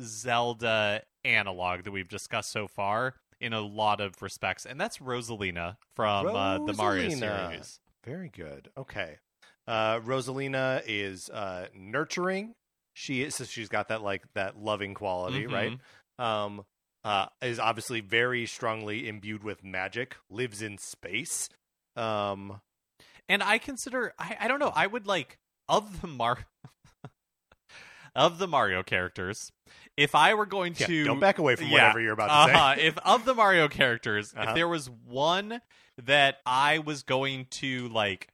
B: Zelda analog that we've discussed so far in a lot of respects, and that's Rosalina from Uh, the Mario
A: Rosalina.
B: series.
A: Very good. Okay. Uh, Rosalina is uh, nurturing. She is, so she's got that like that loving quality,
B: Mhm.
A: right? Um, uh, is obviously very strongly imbued with magic. Lives in space. Um,
B: And I consider, I, I don't know, I would like, of the Mar. Of the Mario characters, if I were going
A: yeah,
B: to
A: don't back away from
B: yeah,
A: whatever you're about to say.
B: uh-huh. if of the Mario characters,
A: Uh-huh.
B: if there was one that I was going to like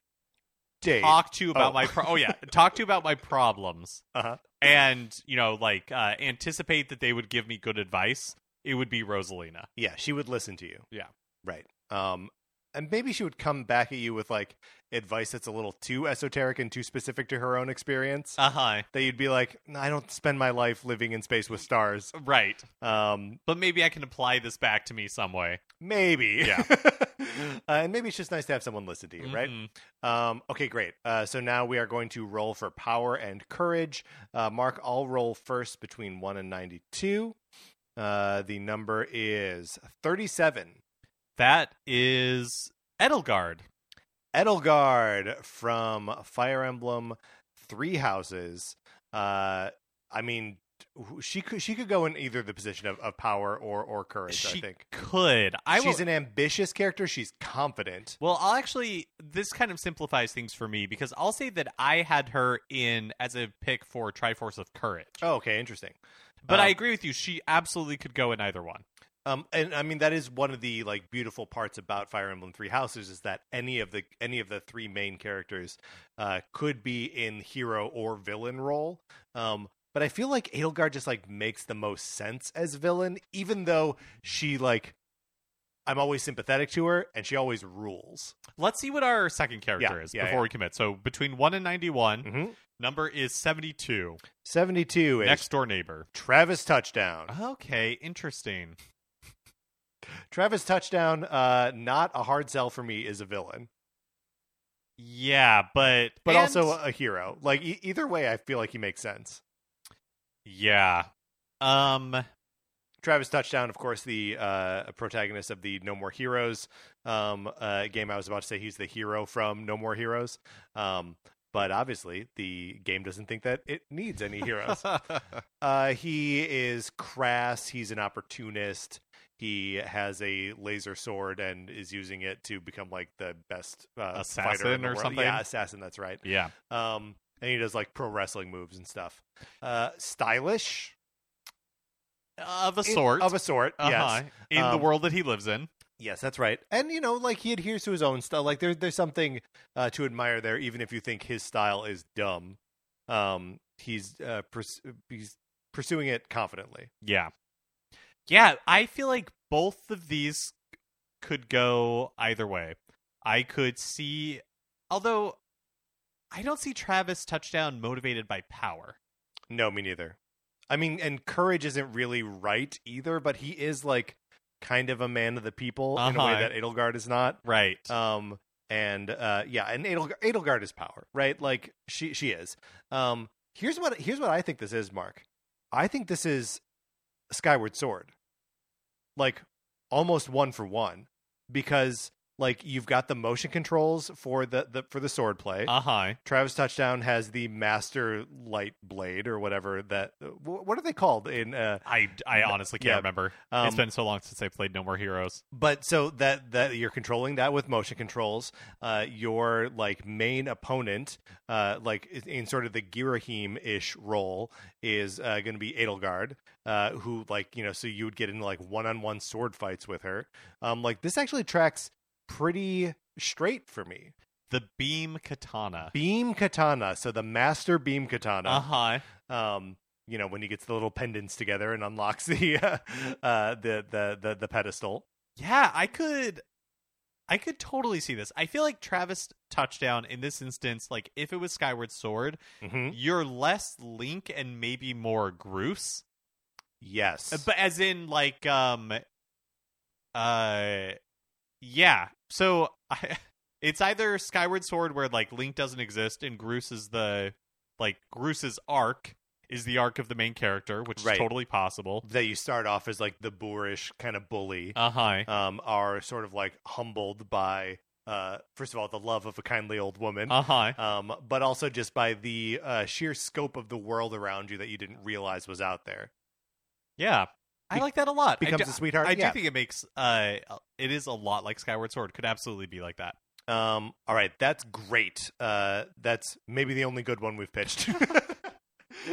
A: Dave.
B: talk to about
A: Oh.
B: my pro- oh yeah talk to about my problems
A: Uh-huh.
B: and you know like uh, anticipate that they would give me good advice it would be rosalina
A: Yeah, she would listen to you.
B: Yeah.
A: Right. Um and maybe she would come back at you with like advice that's a little too esoteric and too specific to her own experience.
B: uh-huh
A: that you'd be like, "No, I don't spend my life living in space with stars.
B: right
A: Um
B: but maybe i can apply this back to me some way
A: maybe.
B: Yeah.
A: uh, and maybe it's just nice to have someone listen to you, right?
B: Mhm.
A: Um, okay, great. Uh, so now we are going to roll for power and courage. Uh, Mark, I'll roll first between 1 and 92. Uh, the number is 37.
B: that is edelgard
A: Edelgard from Fire Emblem Three Houses. Uh, I mean, wh- she could she could go in either the position of, of power or or courage.
B: she
A: I think
B: could i
A: she's
B: will
A: an ambitious character. She's confident.
B: Well, I'll actually this kind of simplifies things for me because I'll say that I had her in as a pick for Triforce of Courage.
A: Oh, okay, interesting.
B: But
A: um,
B: I agree with you, she absolutely could go in either one.
A: Um, and I mean that is one of the like beautiful parts about Fire Emblem Three Houses is that any of the any of the three main characters uh, could be in hero or villain role. Um, but I feel like Edelgard just like makes the most sense as villain, even though she like I'm always sympathetic to her and she always rules.
B: Let's see what our second character
A: Yeah,
B: is
A: yeah,
B: before we commit. So between 1 and 91,
A: Mm-hmm.
B: number is 72.
A: Seventy two is
B: Next Uh-huh. door neighbor.
A: Travis Touchdown.
B: Okay, interesting.
A: Travis Touchdown, uh, not a hard sell for me, is a villain.
B: Yeah, but
A: but
B: and-
A: also uh, a hero. Like e- either way, I feel like he makes sense.
B: yeah. Um
A: Travis Touchdown, of course, the uh, protagonist of the No More Heroes um, uh, game. I was about to say he's the hero from No More Heroes, um, but obviously the game doesn't think that it needs any heroes. uh, he is crass. He's an opportunist. He has a laser sword and is using it to become like the best uh, fighter in
B: Assassin
A: the
B: or
A: world.
B: something?
A: Yeah, assassin. That's right.
B: yeah.
A: Um, and he does like pro wrestling moves and stuff. Uh, stylish
B: Of a
A: In-
B: sort.
A: of a sort.
B: uh-huh.
A: Yes,
B: In the
A: Um,
B: world that he lives in.
A: yes, that's right. And you know, like he adheres to his own style. Like there's there's something uh, to admire there, even if you think his style is dumb. Um, he's uh, pers- he's pursuing it confidently.
B: Yeah. Yeah, I feel like both of these could go either way. I could see although I don't see Travis touchdown motivated by power.
A: No, me neither. I mean, and courage isn't really right either, but he is like kind of a man of the people in a way
B: Uh-huh.
A: that Edelgard is not.
B: Right.
A: um and uh yeah and Edelg- Edelgard is power right like she she is um here's what here's what I think this is Mark I think this is Skyward Sword like almost one for one because like you've got the motion controls for the, the for the sword play
B: uh-huh.
A: Travis Touchdown has the master light blade or whatever that wh- what are they called in uh
B: I, I honestly can't
A: Yeah.
B: remember.
A: um,
B: it's been so long since I played No More Heroes.
A: but so that that you're controlling that with motion controls uh your like main opponent uh like i- in sort of the girahim ish role is uh, going to be edelgard uh who like you know so you would get into like one-on-one sword fights with her um like this actually tracks pretty straight for me
B: The beam katana.
A: beam katana so the master beam
B: Uh
A: katana
B: huh.
A: um you know when he gets the little pendants together and unlocks the uh, uh the, the the the pedestal
B: Yeah, I could I could totally see this. I feel like Travis touchdown in this instance, like if it was Skyward Sword,
A: hmm
B: you're less Link and maybe more Groose.
A: yes
B: But as in like um uh yeah. So I, it's either Skyward Sword where like Link doesn't exist and Groose is the like Groose's arc is the arc of the main character, which
A: Right.
B: is totally possible.
A: that you start off as like the boorish kind of bully
B: Uh-huh.
A: um are sort of like humbled by uh first of all the love of a kindly old woman
B: Uh-huh.
A: um but also just by the uh sheer scope of the world around you that you didn't realize was out there
B: Yeah. I
A: Be-
B: like that a lot. I
A: becomes
B: do-
A: a sweetheart
B: I
A: yeah.
B: do think it makes uh it is a lot like Skyward Sword. Could absolutely be like that.
A: um all right that's great uh that's maybe the only good one we've pitched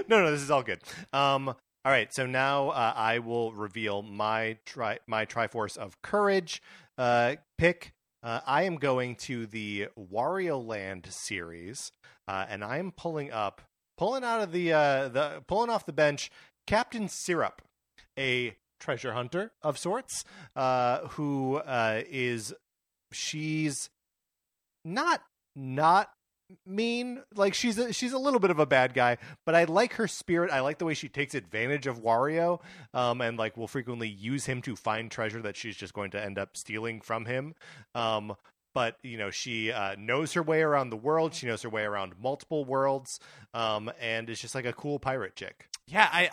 A: no no this is all good um all right so now uh, i will reveal my tri my triforce of courage uh pick Uh, I am going to the Wario Land series, uh, and I am pulling up, pulling out of the uh, the pulling off the bench, Captain Syrup, a treasure hunter of sorts, uh, who uh, is she's not not mean like she's a, she's a little bit of a bad guy but i like her spirit i like the way she takes advantage of wario um and like will frequently use him to find treasure that she's just going to end up stealing from him um but you know she uh, knows her way around the world she knows her way around multiple worlds um and is just like a cool pirate chick
B: Yeah, I,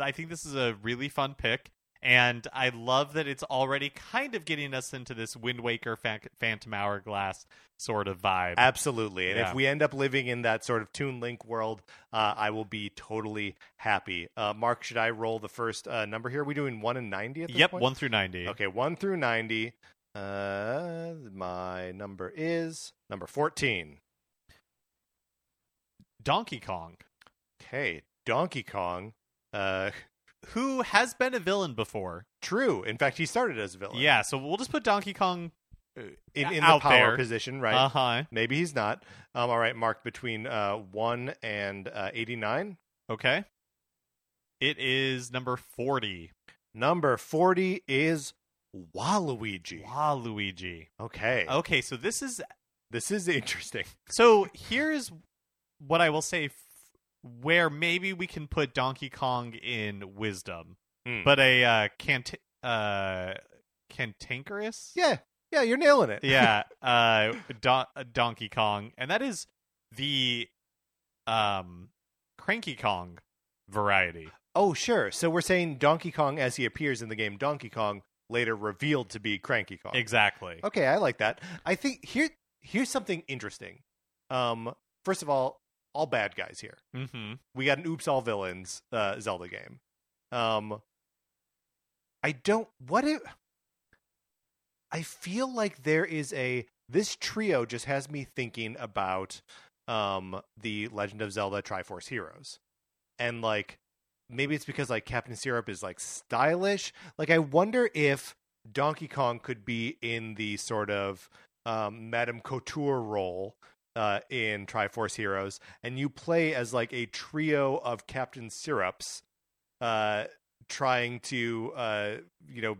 B: I I think this is a really fun pick, and I love that it's already kind of getting us into this Wind Waker fan- Phantom Hourglass sort of vibe.
A: absolutely and
B: Yeah.
A: if we end up living in that sort of toon link world uh, i will be totally happy uh mark should i roll the first uh, number here are we doing 1 and 90 at this
B: yep,
A: point?
B: one through ninety.
A: Okay, one through ninety. Uh, my number is number fourteen.
B: Donkey Kong,
A: Okay, Donkey Kong. Uh,
B: who has been a villain before.
A: true. In fact, he started as a villain.
B: Yeah, so we'll just put Donkey Kong.
A: in, in the
B: out
A: power
B: there.
A: position, right?
B: Uh huh.
A: Maybe he's not. Um, all right, Mark. Between uh one and uh, eighty nine.
B: Okay. It is number forty.
A: Number forty is Waluigi.
B: Waluigi.
A: Okay,
B: Okay, so this is
A: Oh. this is interesting.
B: So here's what I will say f- where maybe we can put Donkey Kong in wisdom,
A: Hmm.
B: but a uh, cant- uh, cantankerous?
A: Yeah, yeah, you're nailing it.
B: Yeah, uh, Don- uh, Donkey Kong. And that is the um, Cranky Kong variety.
A: Oh, sure. So we're saying Donkey Kong as he appears in the game Donkey Kong, later revealed to be Cranky Kong.
B: Exactly.
A: Okay, I like that. I think here here's something interesting. Um, first of all, all bad guys here.
B: Mm-hmm.
A: We got an Oops All Villains uh, Zelda game. Um, I don't. What if? I feel like there is a this trio just has me thinking about um the Legend of Zelda Triforce Heroes, and like maybe it's because like Captain Syrup is like stylish. Like I wonder if Donkey Kong could be in the sort of um, Madame Couture role uh, in Triforce Heroes, and you play as like a trio of Captain Syrups, uh, trying to uh, you know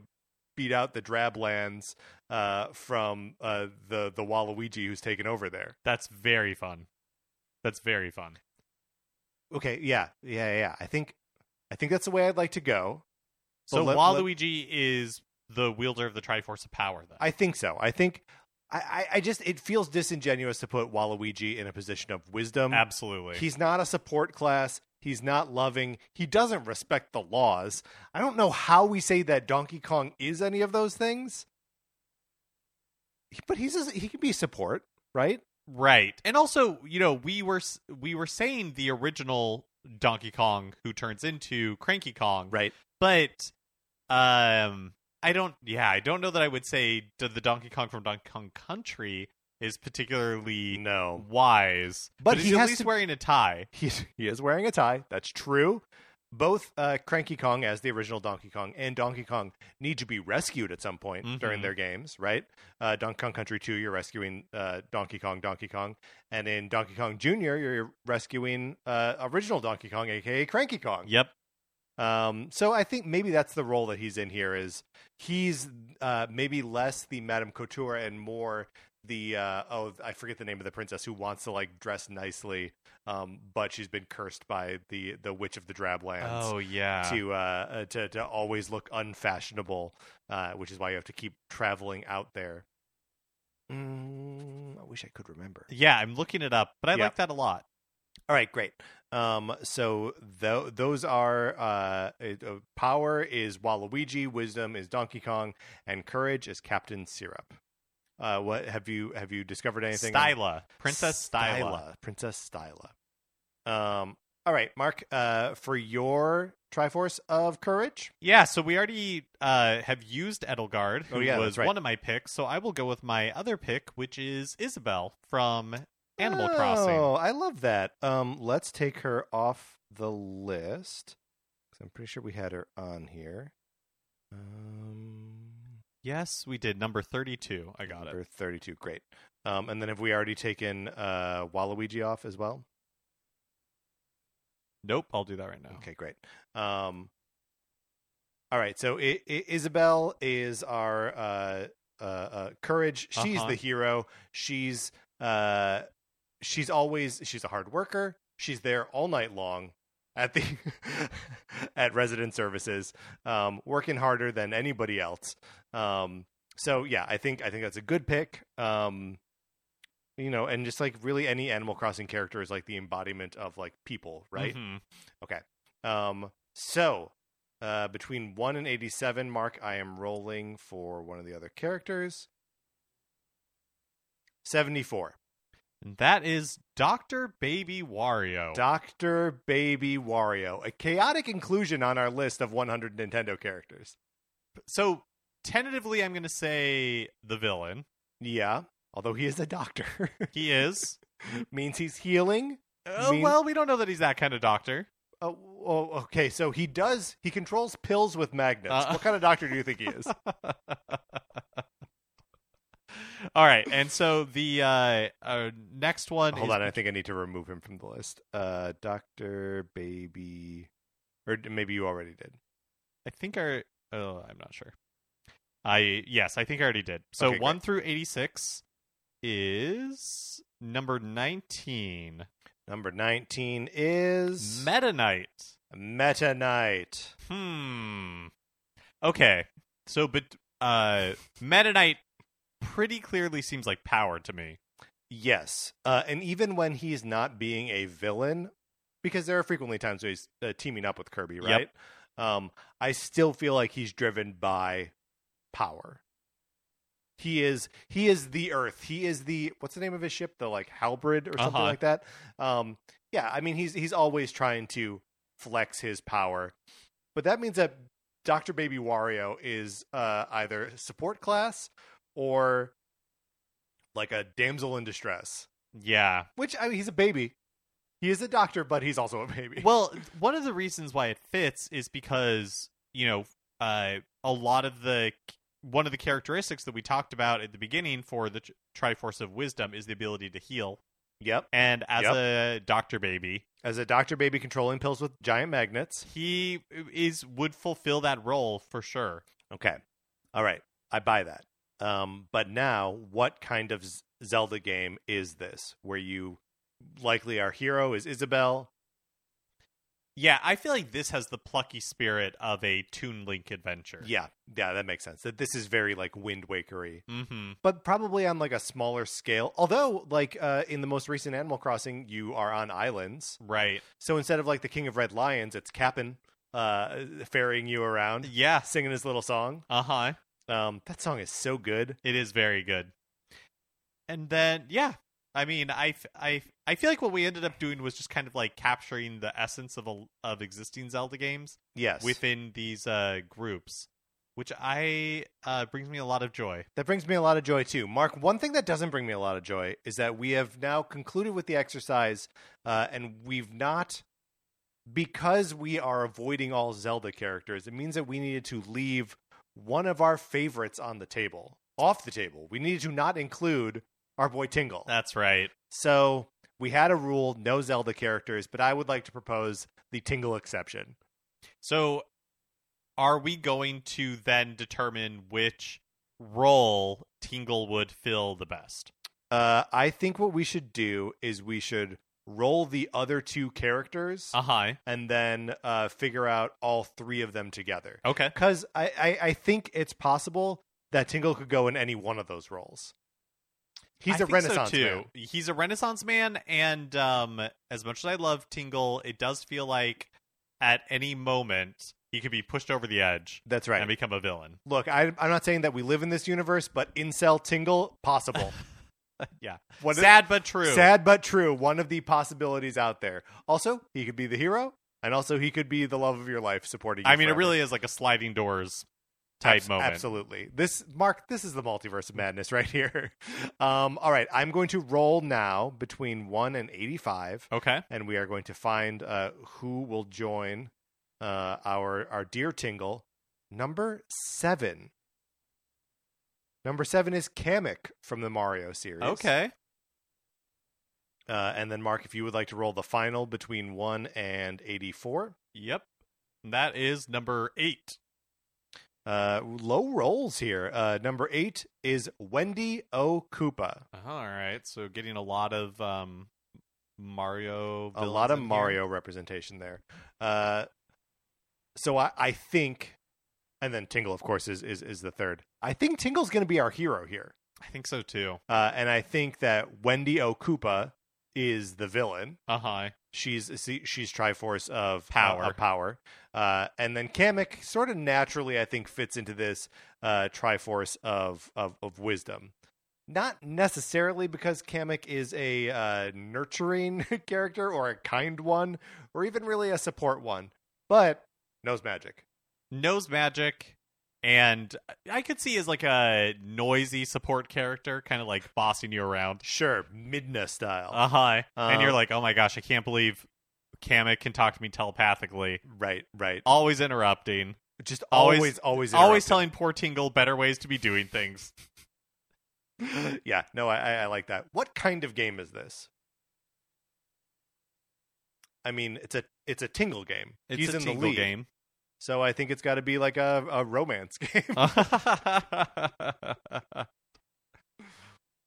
A: beat out the Drablands uh, from uh, the the Waluigi who's taken over there.
B: That's very fun. That's very fun.
A: Okay, yeah, yeah, yeah, yeah. I think I think that's the way I'd like to go. But
B: So
A: let- let-
B: Waluigi is the wielder of the Triforce of Power, then.
A: I think so. I think I, I, I just it feels disingenuous to put Waluigi in a position of wisdom.
B: Absolutely.
A: He's not a support class. He's not loving. He doesn't respect the laws. I don't know how we say that Donkey Kong is any of those things. He- But he's a, he can be support, right?
B: Right. And also, you know, we were s- we were saying the original Donkey Kong who turns into Cranky Kong.
A: Right.
B: But um I don't yeah, I don't know that I would say d- the Donkey Kong from Donkey Kong Country is particularly
A: No.
B: wise.
A: But
B: he's
A: he
B: at
A: has
B: least
A: to-
B: wearing a tie.
A: He's, he is wearing a tie. That's true. Both uh, Cranky Kong, as the original Donkey Kong, and Donkey Kong need to be rescued at some point during
B: Mhm.
A: their games, right? Uh, Donkey Kong Country 2, you're rescuing uh, Donkey Kong, Donkey Kong. And in Donkey Kong Jr., you're rescuing uh, original Donkey Kong, aka Cranky Kong.
B: Yep.
A: Um, so I think maybe that's the role that he's in here is he's uh, maybe less the Madame Couture and more the uh, oh I forget the name of the princess who wants to like dress nicely, um, but she's been cursed by the the witch of the Drablands
B: Oh yeah.
A: to uh, uh, to to always look unfashionable, uh, which is why you have to keep traveling out there. Mm, I wish I could remember.
B: Yeah, I'm looking it up, but I
A: Yeah.
B: like that a lot.
A: All right, great. Um, so tho- those are uh, it- uh, power is Waluigi, wisdom is Donkey Kong, and courage is Captain Syrup. Uh, what have you have you discovered anything? on-
B: Styla. Princess Styla.
A: Princess Styla. Um, all right, Mark. Uh, for your Triforce of Courage,
B: Yeah, so we already uh, have used Edelgard, who
A: Oh, yeah,
B: was
A: that's right.
B: one of my picks. So I will go with my other pick, which is Isabel from Animal
A: oh,
B: Crossing.
A: I love that. Um, let's take her off the list. 'Cause I'm pretty sure we had her on here. Um,
B: Yes, we did. Number 32. I got
A: Number
B: it.
A: 32. Great. Um, and then have we already taken uh, Waluigi off as well?
B: Nope, I'll do that right now.
A: Okay, great. Um, all right, so I- I- Isabel is our uh, uh, uh, courage. She's
B: Uh-huh.
A: the hero. She's uh, she's always she's a hard worker. She's there all night long at the at resident services, um, working harder than anybody else. Um, so yeah, I think I think that's a good pick. Um, you know, and just like really any Animal Crossing character is like the embodiment of like people, right?
B: Mhm.
A: Um, so uh, between one and eighty-seven, Mark, I am rolling for one of the other characters. Seventy-four,
B: And that is Dr. Baby Wario.
A: Doctor Baby Wario, a chaotic inclusion on our list of one hundred Nintendo characters.
B: so, tentatively, I'm going to say the villain.
A: Yeah, although he is a doctor,
B: He is.
A: means he's healing.
B: Oh,
A: Mean-
B: well, we don't know that he's that kind of doctor.
A: Oh, oh, okay. So he does. He controls pills with magnets.
B: Uh.
A: what kind of doctor do you think he is?
B: All right, and so the uh, uh next one.
A: Hold
B: is-
A: on, I think I need to remove him from the list. Uh, Doctor Baby, or d- maybe you already did.
B: I think I. Oh, I'm not sure. I yes, I think I already did. So
A: Okay, great.
B: one through eighty six is number nineteen.
A: Number nineteen is
B: Meta Knight.
A: Meta Knight.
B: Hmm. Okay. So, but uh, Meta Knight pretty clearly seems like power to me.
A: Yes, uh, and even when he's not being a villain, because there are frequently times where he's uh, teaming up with Kirby,
B: Yep.
A: right? Um, I still feel like he's driven by power. He is he is the Earth. He is the what's the name of his ship? The like Halberd or something
B: Uh-huh.
A: like that. Um, yeah, I mean he's he's always trying to flex his power, but that means that Doctor Baby Wario is uh, either support class or like a damsel in distress.
B: Yeah.
A: Which I mean, he's a baby. He is a doctor, but he's also a baby.
B: Well, one of the reasons why it fits is because you know uh, a lot of the one of the characteristics that we talked about at the beginning for the tr- Triforce of Wisdom is the ability to heal.
A: yep.
B: And as
A: Yep.
B: a doctor baby,
A: As a doctor, baby controlling pills with giant magnets.
B: he uh, is would fulfill that role for sure.
A: Okay. All right. I buy that. Um, but now, what kind of Z- Zelda game is this? Where you likely our hero is Isabel.
B: Yeah, I feel like this has the plucky spirit of a Toon Link adventure.
A: Yeah. Yeah, that makes sense. That this is very like Wind Wakery.
B: Mm-hmm.
A: but probably on like a smaller scale. Although, like uh, in the most recent Animal Crossing, you are on islands,
B: Right.
A: so instead of like the King of Red Lions, it's Cap'n uh, ferrying you around,
B: Yes.
A: singing his little song.
B: Uh huh.
A: Um, that song is so good.
B: It is very good. And then yeah, I mean, I, f- I, f- I feel like what we ended up doing was just kind of like capturing the essence of a, of existing Zelda games
A: Yes,
B: within these uh groups, which I uh brings me a lot of joy.
A: that brings me a lot of joy too. Mark, one thing that doesn't bring me a lot of joy is that we have now concluded with the exercise, uh, and we've not. Because we are avoiding all Zelda characters, it means that we needed to leave one of our favorites on the table, off the table. We needed to not include our boy Tingle.
B: That's right.
A: So we had a rule no Zelda characters, but I would like to propose the Tingle exception.
B: So, are we going to then determine which role Tingle would fill the best?
A: Uh, I think what we should do is we should roll the other two characters
B: Uh huh.
A: and then uh, figure out all three of them together.
B: Okay.
A: Because I, I, I think it's possible that Tingle could go in any one of those roles. He's
B: a
A: a Renaissance man.
B: He's a Renaissance man, and um, as much as I love Tingle, it does feel like at any moment he could be pushed over the edge
A: That's right.
B: and become a villain.
A: Look, I, I'm not saying that we live in this universe, but incel Tingle, possible.
B: Yeah,
A: What-
B: sad but true.
A: Sad but true. One of the possibilities out there. Also, he could be the hero, and also he could be the love of your life, supporting. You
B: I mean, it
A: forever.
B: really is like a sliding doors type
A: Abs-
B: moment.
A: Absolutely. This Mark, this is the multiverse of madness right here. Um, all right, I'm going to roll now between one and eighty-five,
B: Okay.
A: and we are going to find uh, who will join uh, our our dear Tingle number seven. Number seven is Kamek from the Mario series.
B: Okay.
A: Uh, and then, Mark, if you would like to roll the final between 1 and 84.
B: Yep. That is number eight.
A: Uh, low rolls here. Uh, number eight is Wendy O. Koopa.
B: Uh-huh, All right. So getting a lot of um, Mario.
A: A
B: villains
A: lot of
B: in here.
A: Mario representation there. Uh, so I, I think, and then Tingle, of course, is, is, is the third. I think Tingle's going to be our hero here.
B: I think so too.
A: Uh, and I think that Wendy O. Koopa is the villain.
B: Uh huh.
A: She's see, she's Triforce of
B: Power.
A: uh, of power, uh, and then Kamek sort of naturally, I think, fits into this uh, Triforce of, of of wisdom. Not necessarily because Kamek is a uh, nurturing character or a kind one, or even really a support one, but knows magic.
B: Knows magic. And I could see as like a noisy support character, kind of like bossing you around.
A: Sure, Midna style,
B: Uh huh. and you're
A: Um,
B: like, oh my gosh, I can't believe Kamek can talk to me telepathically.
A: right, right.
B: Always interrupting.
A: Just
B: always-
A: always, always,
B: Always
A: interrupted.
B: telling poor Tingle better ways to be doing things.
A: yeah, no, I, I I like that. What kind of game is this? I mean, it's a it's a tingle game.
B: It's
A: He's
B: a
A: in the
B: Tingle
A: lead,
B: game.
A: so I think it's got to be like a, a romance game.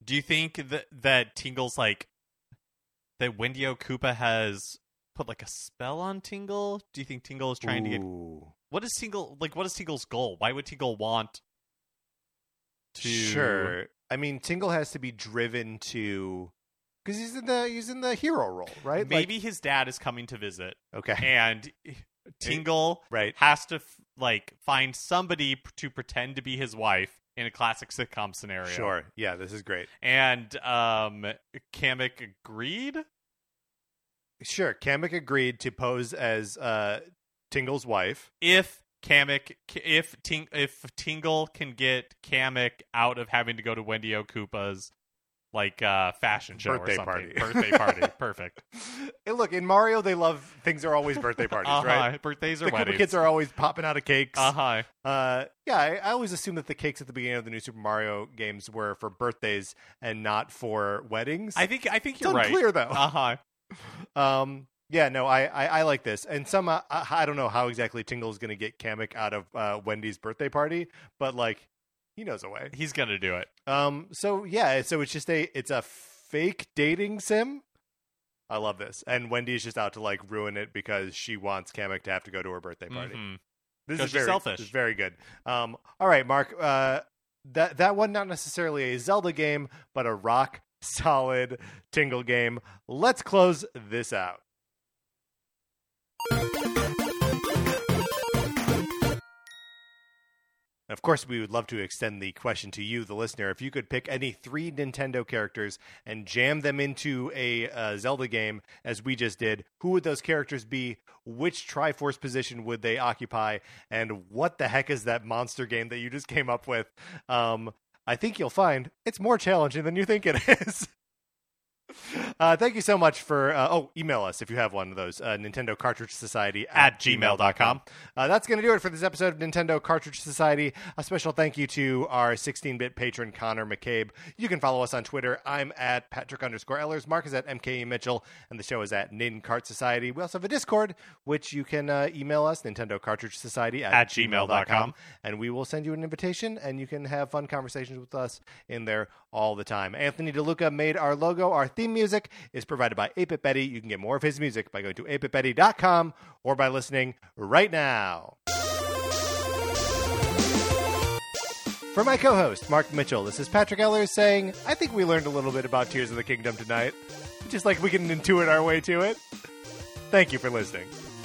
B: Do you think that that Tingle's like that Wendy O Koopa has put like a spell on Tingle? Do you think Tingle is trying to get
A: Ooh.
B: what is Tingle like? What is Tingle's goal? Why would Tingle want to?
A: sure. I mean, Tingle has to be driven to because he's in the he's in the hero role, right? Like-
B: Maybe his dad is coming to visit,
A: okay,
B: and Tingle
A: right?
B: has to f- like find somebody p- to pretend to be his wife in a classic sitcom scenario.
A: Sure. Yeah, this is great.
B: And um, Kamek agreed.
A: Sure. Kamek agreed to pose as uh, Tingle's wife.
B: if Kamek if Ting if Tingle can get Kamek out of having to go to Wendy O. Koopa's like uh fashion show
A: Birthday
B: or
A: party.
B: something. Birthday party. Perfect.
A: Hey, look, in Mario, they love things are always birthday parties,
B: uh-huh.
A: right?
B: Birthdays or
A: the Koopa
B: weddings.
A: kids are always popping out of cakes.
B: uh
A: uh
B: huh.
A: yeah, I, I always assume that the cakes at the beginning of the new Super Mario games were for birthdays and not for weddings.
B: I think I think
A: it's
B: you're right.
A: unclear though.
B: Uh huh.
A: um, yeah, no, I, I, I like this, and some uh, I, I don't know how exactly Tingle's going to get Kamek out of uh, Wendy's birthday party, but like he knows a way.
B: He's gonna do it.
A: Um, so yeah, so it's just a it's a fake dating sim. I love this, and Wendy's just out to like ruin it because she wants Kamek to have to go to her birthday party.
B: Mhm.
A: This
B: 'Cause
A: is
B: she's
A: very
B: selfish.
A: This is very good. Um, all right, Mark. Uh, that that one not necessarily a Zelda game, but a rock solid tingle game. Let's close this out. And Of course, we would love to extend the question to you, the listener. If you could pick any three Nintendo characters and jam them into a uh, Zelda game, as we just did, who would those characters be? Which Triforce position would they occupy? And what the heck is that monster game that you just came up with? Um, I think you'll find it's more challenging than you think it is. Uh, thank you so much for. Uh, oh, email us if you have one of those. Uh, Nintendo Cartridge Society
B: At gmail.com.
A: uh, that's going to do it for this episode of Nintendo Cartridge Society. A special thank you to our 16 bit patron, Connor McCabe. You can follow us on Twitter. I'm at Patrick underscore Ellers. Mark is at MKE Mitchell. And the show is at Nin Cart Society. We also have a Discord, which you can uh, email us, Nintendo Cartridge Society at,
B: At gmail.com.
A: And we will send you an invitation, and you can have fun conversations with us in there all the time. Anthony DeLuca made our logo. Our theme music is provided by Ape It Betty. You can get more of his music by going to apeitbetty.com or by listening right now. For my co host, Mark Mitchell, this is Patrick Eller saying, I think we learned a little bit about Tears of the Kingdom tonight, just like we can intuit our way to it. Thank you for listening.